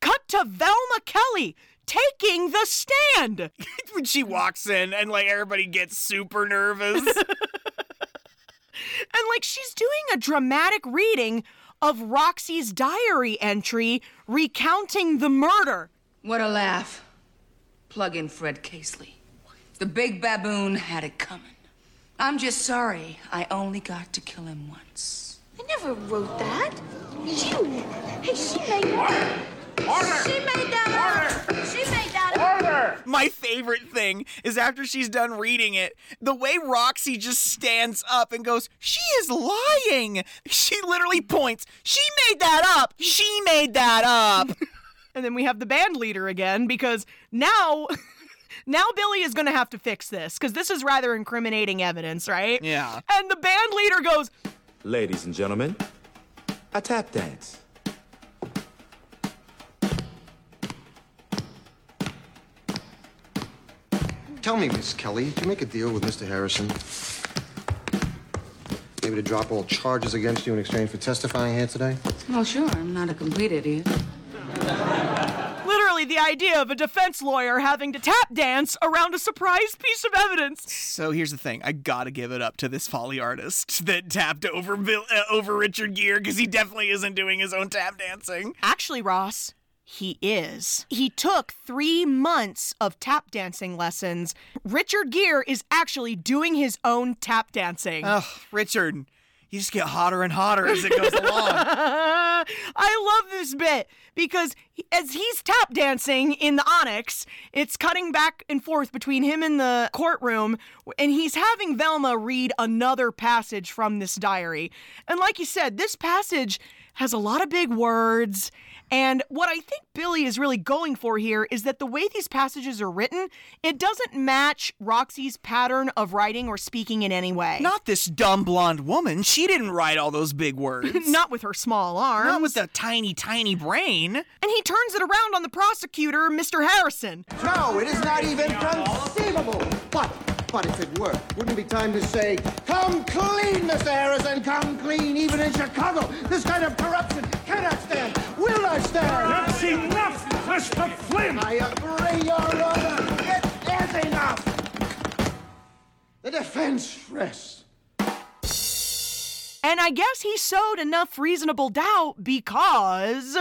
Cut to Velma Kelly taking the stand.
when she walks in and like everybody gets super nervous.
And like she's doing a dramatic reading of Roxy's diary entry recounting the murder.
What a laugh. Plug in Fred Casely. The big baboon had it coming. I'm just sorry I only got to kill him once.
I never wrote that. You. Hey, she made that.
Order!
She made that. Order. She made that. Order.
My favorite thing is after she's done reading it, the way Roxy just stands up and goes, She is lying. She literally points, She made that up. She made that up.
And then we have the band leader again because now now Billy is going to have to fix this cuz this is rather incriminating evidence, right?
Yeah.
And the band leader goes,
Ladies and gentlemen, a tap dance.
Tell me, Miss Kelly, did you make a deal with Mr. Harrison? Maybe to drop all charges against you in exchange for testifying here today?
Well, sure, I'm not a complete idiot.
literally the idea of a defense lawyer having to tap dance around a surprise piece of evidence.
So here's the thing I gotta give it up to this folly artist that tapped over, Bill, uh, over Richard Gere because he definitely isn't doing his own tap dancing.
Actually, Ross, he is. He took three months of tap dancing lessons. Richard Gere is actually doing his own tap dancing.
Ugh, Richard, you just get hotter and hotter as it goes along.
I love this bit because he- as he's tap dancing in the Onyx, it's cutting back and forth between him and the courtroom, and he's having Velma read another passage from this diary. And like you said, this passage has a lot of big words. And what I think Billy is really going for here is that the way these passages are written, it doesn't match Roxy's pattern of writing or speaking in any way.
Not this dumb blonde woman. She didn't write all those big words.
Not with her small arms.
Not with a tiny, tiny brain.
And he turns it around on the prosecutor, Mr. Harrison.
No, it is not even conceivable. Oh, But, but if it were, wouldn't it be time to say, come clean, Mr. Harrison, come clean, even in Chicago. This kind of corruption cannot stand, will not stand. That's enough, Mr. Flynn. I agree, Your Honor. It is enough. The defense rests.
And I guess he sowed enough reasonable doubt because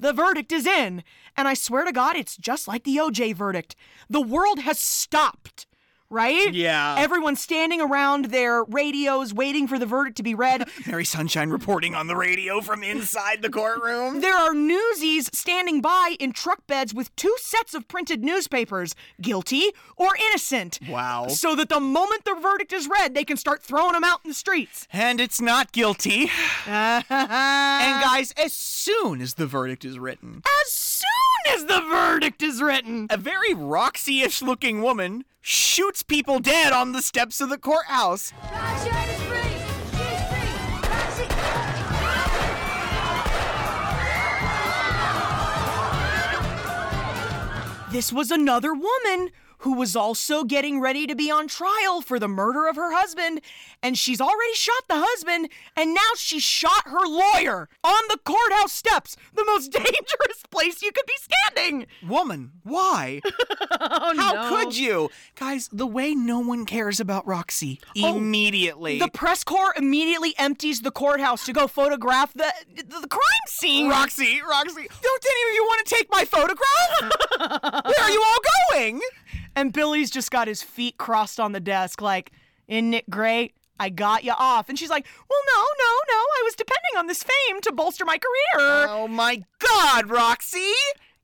the verdict is in. And I swear to God, it's just like the OJ verdict. The world has stopped. right?
Yeah.
Everyone's standing around their radios waiting for the verdict to be read.
Mary Sunshine reporting on the radio from inside the courtroom.
There are newsies standing by in truck beds with two sets of printed newspapers, guilty or innocent.
Wow.
So that the moment the verdict is read, they can start throwing them out in the streets.
And it's not guilty.
Uh,
and guys, as soon as the verdict is written,
As soon as the verdict is written,
a very Roxy ish looking woman shoots people dead on the steps of the courthouse.
This was another woman who was also getting ready to be on trial for the murder of her husband, and she's already shot the husband, and now she shot her lawyer on the courthouse steps, the most dangerous place you could be standing.
Woman, why?
Oh,
How could you? Guys, the way no one cares about Roxy immediately.
Oh, The press corps immediately empties the courthouse to go photograph the the, the crime scene.
Roxy, Roxy, don't any of you want to take my photograph? Where are you all going?
And Billy's just got his feet crossed on the desk, like, isn't it great? I got you off. And she's like, well, no, no, no. I was depending on this fame to bolster my career.
Oh my God, Roxy!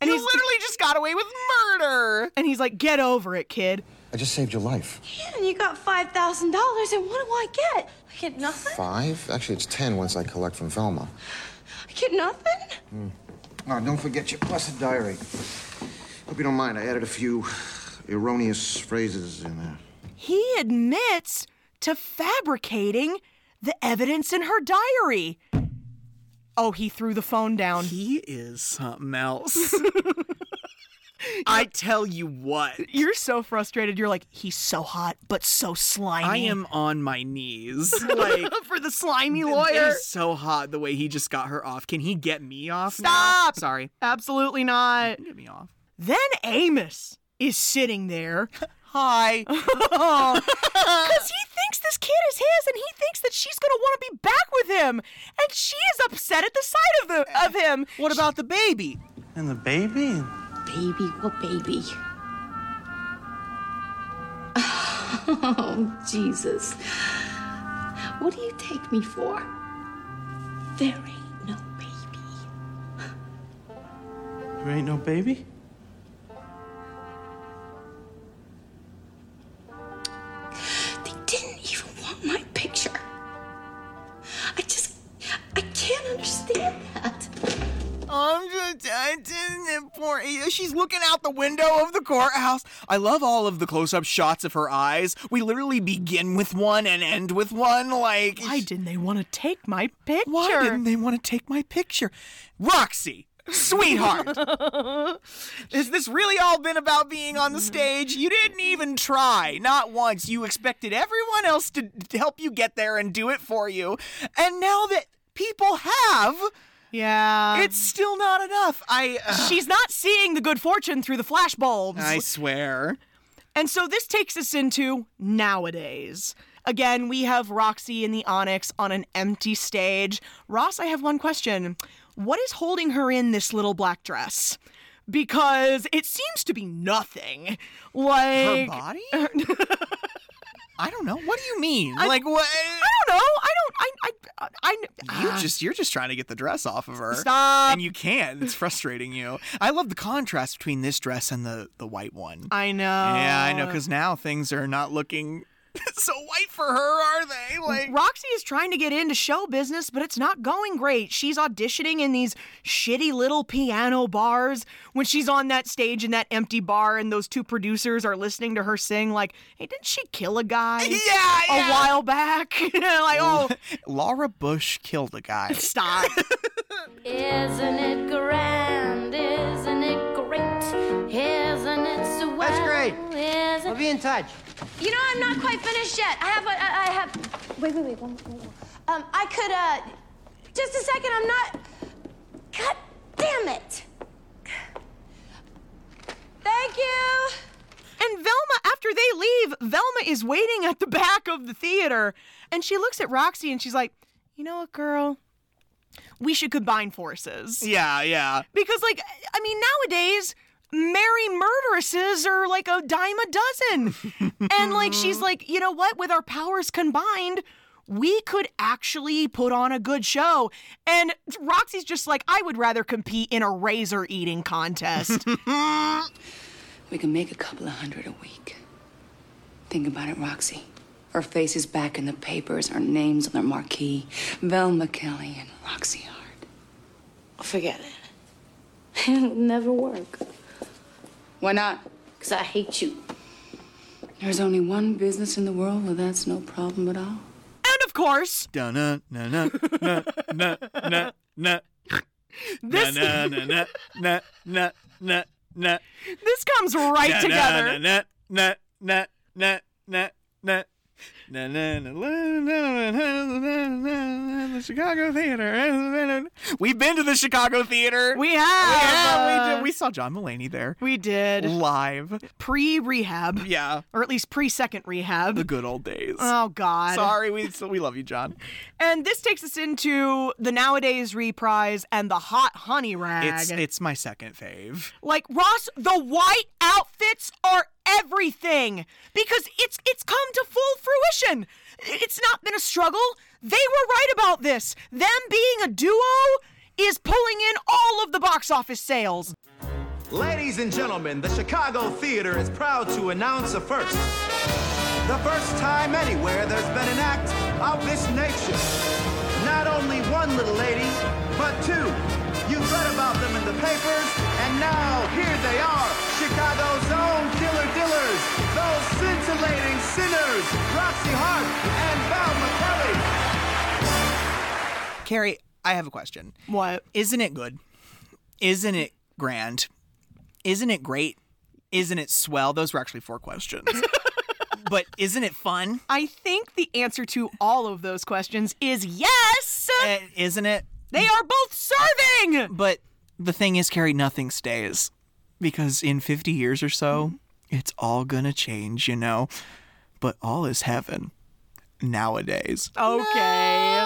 And
you
he's-
literally just got away with murder.
And he's like, get over it, kid.
I just saved your life.
And you got $5,000, and what do
Oh,
I get? I get nothing?
Five? Actually, it's ten once I collect from Velma.
I get nothing?
Oh, don't forget your blessed diary. Hope you don't mind. I added a few erroneous phrases in there.
He admits to fabricating the evidence in her diary. Oh, he threw the phone down.
He is something else. I tell you what,
You're so frustrated. You're like, he's so hot, but so slimy.
I am on my knees. Like,
for the slimy
it
lawyer.
is so hot the way he just got her off. Can he get me off? now?
Stop!
Sorry.
Absolutely not.
Get me off.
Then Amos is sitting there.
Hi.
Because he thinks this kid is his and he thinks that she's going to want to be back with him. And she is upset at the sight of, the, of him.
What about the baby?
And the baby?
Baby, what baby? Oh, Jesus. What do you take me for? There ain't no baby.
There ain't no baby?
They didn't even want my picture. I just, I can't understand that.
I'm just, I didn't import. She's looking out the window of the courthouse. I love all of the close-up shots of her eyes. We literally begin with one and end with one. Like,
Why didn't they want to take my picture?
why didn't they want to take my picture? Roxy, sweetheart, has this really all been about being on the stage? You didn't even try, not once. You expected everyone else to, to help you get there and do it for you, and now that people have,
Yeah.
it's still not enough. I. ugh.
Um, She's not seeing the good fortune through the flash bulbs.
I swear.
And so this takes us into nowadays. Again, we have Roxy and the Onyx on an empty stage. Ross, I have one question. What is holding her in this little black dress? Because it seems to be nothing.
Her
Like
body? I don't know. What do you mean? like what?
I don't know. I don't. I. I. I. I
You just you're just trying to get the dress off of her.
Uh, Stop.
And you can't. It's frustrating you. I love the contrast between this dress and the the white one.
I know.
yeah, I know. Because now things are not looking so white for her, are they? Like
Roxy is trying to get into show business, but it's not going great. She's auditioning in these shitty little piano bars. When she's on that stage in that empty bar and those two producers are listening to her sing, like, hey, didn't she kill a guy
yeah,
a
yeah.
while back? You know, like, oh,
Laura Bush killed a guy.
stop.
Isn't it grand? Isn't it great? Isn't it swell?
That's great.
Isn't
We'll be in touch.
You know, I'm not quite finished yet. I have, a, I, I have. Wait, wait, wait. One, one more. Um, I could, uh, just a second. I'm not. God damn it! Thank you.
And Velma, after they leave, Velma is waiting at the back of the theater. And she looks at Roxy and she's like, you know what, girl? We should combine forces.
Yeah, yeah.
Because, like, I mean, nowadays, Mary murderesses are like a dime a dozen. and like she's like, you know what? With our powers combined, we could actually put on a good show. And Roxy's just like, I would rather compete in a razor eating contest.
We can make a couple of hundred a week. Think about it, Roxy. Her face is back in the papers, her name's on their marquee. Velma Kelly and Roxy Hart.
Forget it. It'll never work.
Why not?
Because I hate you.
There's only one business in the world where that's no problem at all.
And of course,
Dun-na, na-na, na, na, na, na.
This-
Na, na, na, na, na, na, na.
this comes right
Na, na,
together.
na, na, na, na, na, na, na, na, na, na, na, na, na, na, na, The Chicago Theater. We've been to the Chicago Theater.
We have.
Yeah, we,
Uh,
did. we saw John Mulaney there.
We did.
Live.
Pre rehab.
Yeah.
Or at least pre second rehab.
The good old days.
Oh, God.
Sorry, we so we love you, John.
And this takes us into the nowadays reprise and the hot honey rag.
It's it's my second fave.
like Ross, the white outfits are everything because it's it's come to full fruition. It's not been a struggle. They were right about this. Them being a duo is pulling in all of the box office sales.
Ladies and gentlemen, the Chicago Theater is proud to announce a first. The first time anywhere there's been an act of this nature. Not only one little lady, but two. You've read about them in the papers, and now here they are, Chicago's own killer dillers, those scintillating sinners, Roxy Hart and Val McKelly.
Carrie, I have a question.
What?
Isn't it good? Isn't it grand? Isn't it great? Isn't it swell? Those were actually four questions. but isn't it fun?
I think the answer to all of those questions is yes.
Eh, isn't it?
They are both serving.
But the thing is, Carrie, nothing stays. Because in 50 years or so, it's all gonna change, you know? But all is heaven nowadays.
Okay.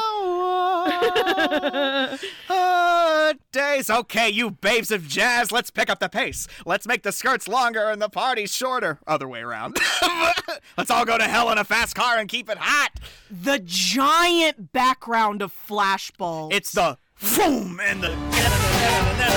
Uh, days. Okay, you babes of jazz, let's pick up the pace. Let's make the skirts longer and the party shorter. Other way around. let's all go to hell in a fast car and keep it hot.
The giant background of flashbulbs.
It's the boom and the.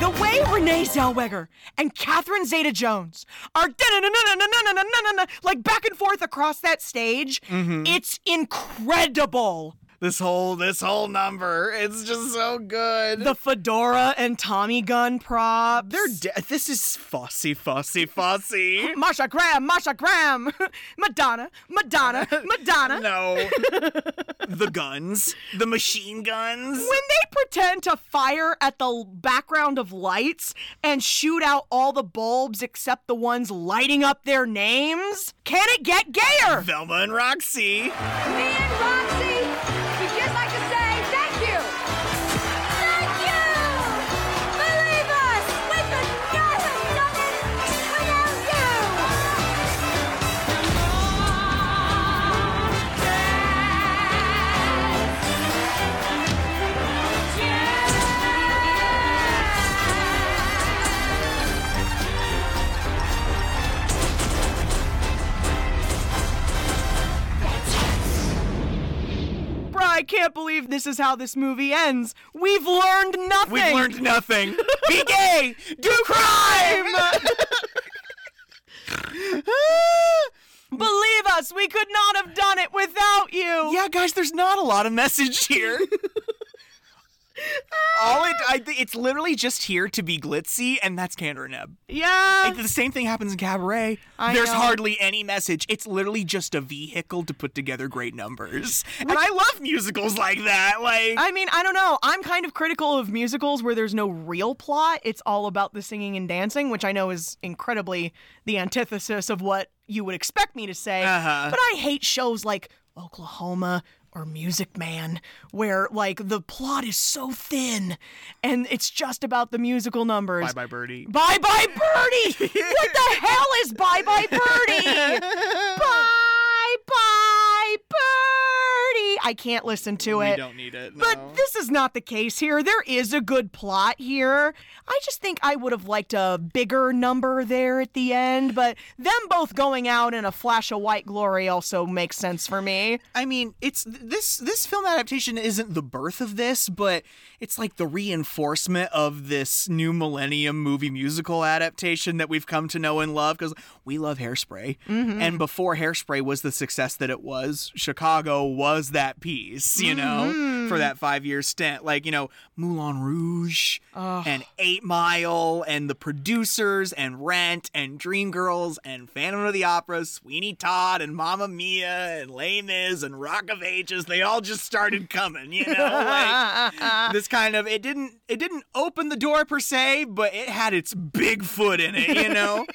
The way Renee Zellweger and Catherine Zeta Jones are da-na-na-na-na-na-na-na-na-na, like back and forth across that stage,
Mhm.
it's incredible.
This whole this whole number, it's just so good.
The fedora and Tommy gun props.
They're de- this is fussy, fussy, fussy.
Marsha Graham, Marsha Graham, Madonna, Madonna, Madonna.
no. the guns, the machine guns.
When they pretend to fire at the background of lights and shoot out all the bulbs except the ones lighting up their names, can it get gayer?
Velma and Roxy.
Me and Roxy would just like to say thank you. Thank you! Believe us, we could not have done it without you!
Bruh, I can't believe this is how this movie ends. We've learned nothing.
We've learned nothing. Be gay. Do crime.
Believe us, we could not have done it without you.
yeah, guys, there's not a lot of message here. All it, I, thi- it's literally just here to be glitzy, and that's Candor and Ebb.
Yeah.
It- the same thing happens in Cabaret.
I
There's
know.
hardly any message. It's literally just a vehicle to put together great numbers. and I love musicals like that. Like,
I mean, I don't know. I'm kind of critical of musicals where there's no real plot. It's all about the singing and dancing, which I know is incredibly the antithesis of what you would expect me to say.
Uh-huh.
But I hate shows like Oklahoma or Music Man where like the plot is so thin and it's just about the musical numbers.
bye bye, Birdie.
Bye bye Birdie! what the hell is Bye Bye Birdie? bye I can't listen to
We
it.
don't need it,
But this is not the case here. There is a good plot here. I just think I would have liked a bigger number there at the end, but them both going out in a flash of white glory also makes sense for me.
I mean, it's this this film adaptation isn't the birth of this, but it's like the reinforcement of this new millennium movie musical adaptation that we've come to know and love because we love Hairspray.
Mhm.
And before Hairspray was the success that it was, Chicago was that piece, you know,
Mhm.
for that five year stint. Like, you know, Moulin Rouge and Eight Mile and The Producers and Rent and Dreamgirls and Phantom of the Opera, Sweeney Todd and Mamma Mia and Les Mis and Rock of Ages. They all just started coming, you know? Like, this kind of, it didn't, it didn't open the door per se, but it had its big foot in it, you know?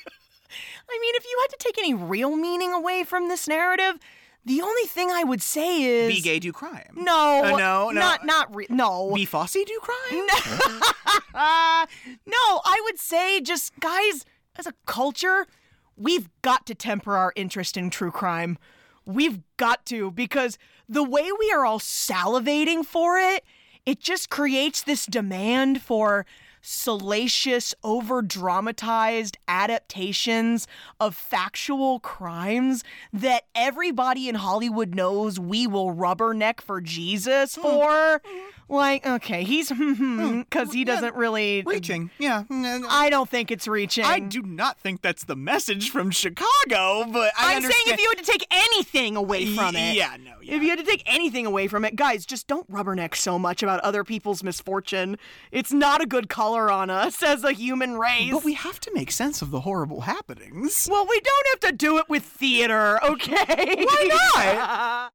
I mean, if you had to take any real meaning away from this narrative, the only thing I would say is
Be gay, do crime.
No,
Uh, no, no.
not not re- no.
Be Fosse, do crime.
Uh, no, I would say just guys, as a culture, we've got to temper our interest in true crime. We've got to because the way we are all salivating for it, it just creates this demand for salacious, over dramatized adaptations of factual crimes that everybody in Hollywood knows we will rubberneck for Jesus
Hmm.
for.
Mm-hmm.
Like, okay, he's because he doesn't really.
Reaching, yeah. Mm,
I don't think it's reaching.
I do not think that's the message from Chicago, but I
am saying if you had to take anything away from
Y-
it.
yeah, no,
If you had to take anything away from it, guys, just don't rubberneck so much about other people's misfortune. It's not a good color on us as a human race.
But we have to make sense of the horrible happenings.
Well, we don't have to do it with theater, okay?
Why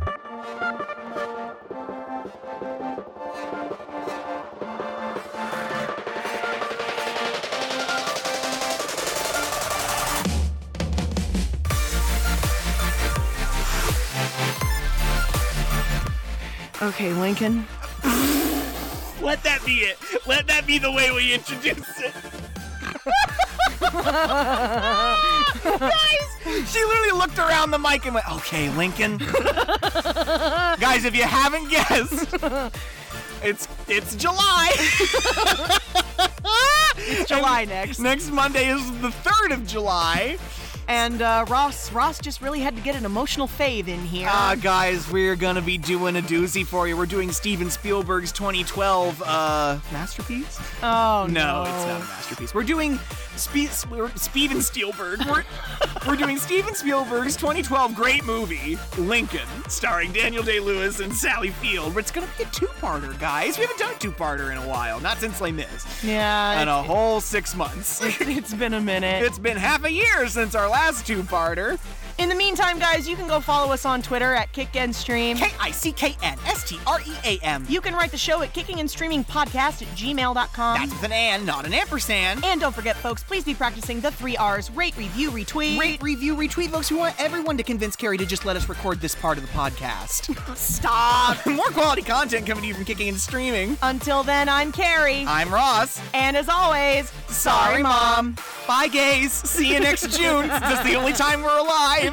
not?
okay, Lincoln.
Let that be it. Let that be the way we introduce it.
Guys, she literally looked around the mic and went, okay, Lincoln. Guys, if you haven't guessed, it's it's July. it's
July next.
Next Monday is the 3rd of July.
And uh, Ross, Ross just really had to get an emotional fave in here.
Ah, guys, we're gonna be doing a doozy for you. We're doing Steven Spielberg's 2012 uh, masterpiece.
Oh
no, it's not a masterpiece. We're doing Spe- we're Steven Spielberg. We're, we're doing Steven Spielberg's 2012 great movie Lincoln, starring Daniel Day Lewis and Sally Field. But it's gonna be a two-parter, guys. We haven't done a two-parter in a while, not since Les Mis.
Yeah.
In a whole six months.
it's been a minute.
It's been half a year since our last two-parter.
In the meantime, guys, you can go follow us on Twitter at Kick and Stream. K
I C K N S T R E A M.
You can write the show at kicking and streaming podcast at gmail.com. That's
with an and, not an ampersand.
And don't forget, folks, please be practicing the three R's rate, review, retweet.
Rate, review, retweet, folks. We want everyone to convince Carrie to just let us record this part of the podcast.
Stop.
More quality content coming to you from kicking and streaming.
Until then, I'm Carrie.
I'm Ross.
And as always,
Sorry, Mom. Bye, gays. See you next June. This is the only time we're alive.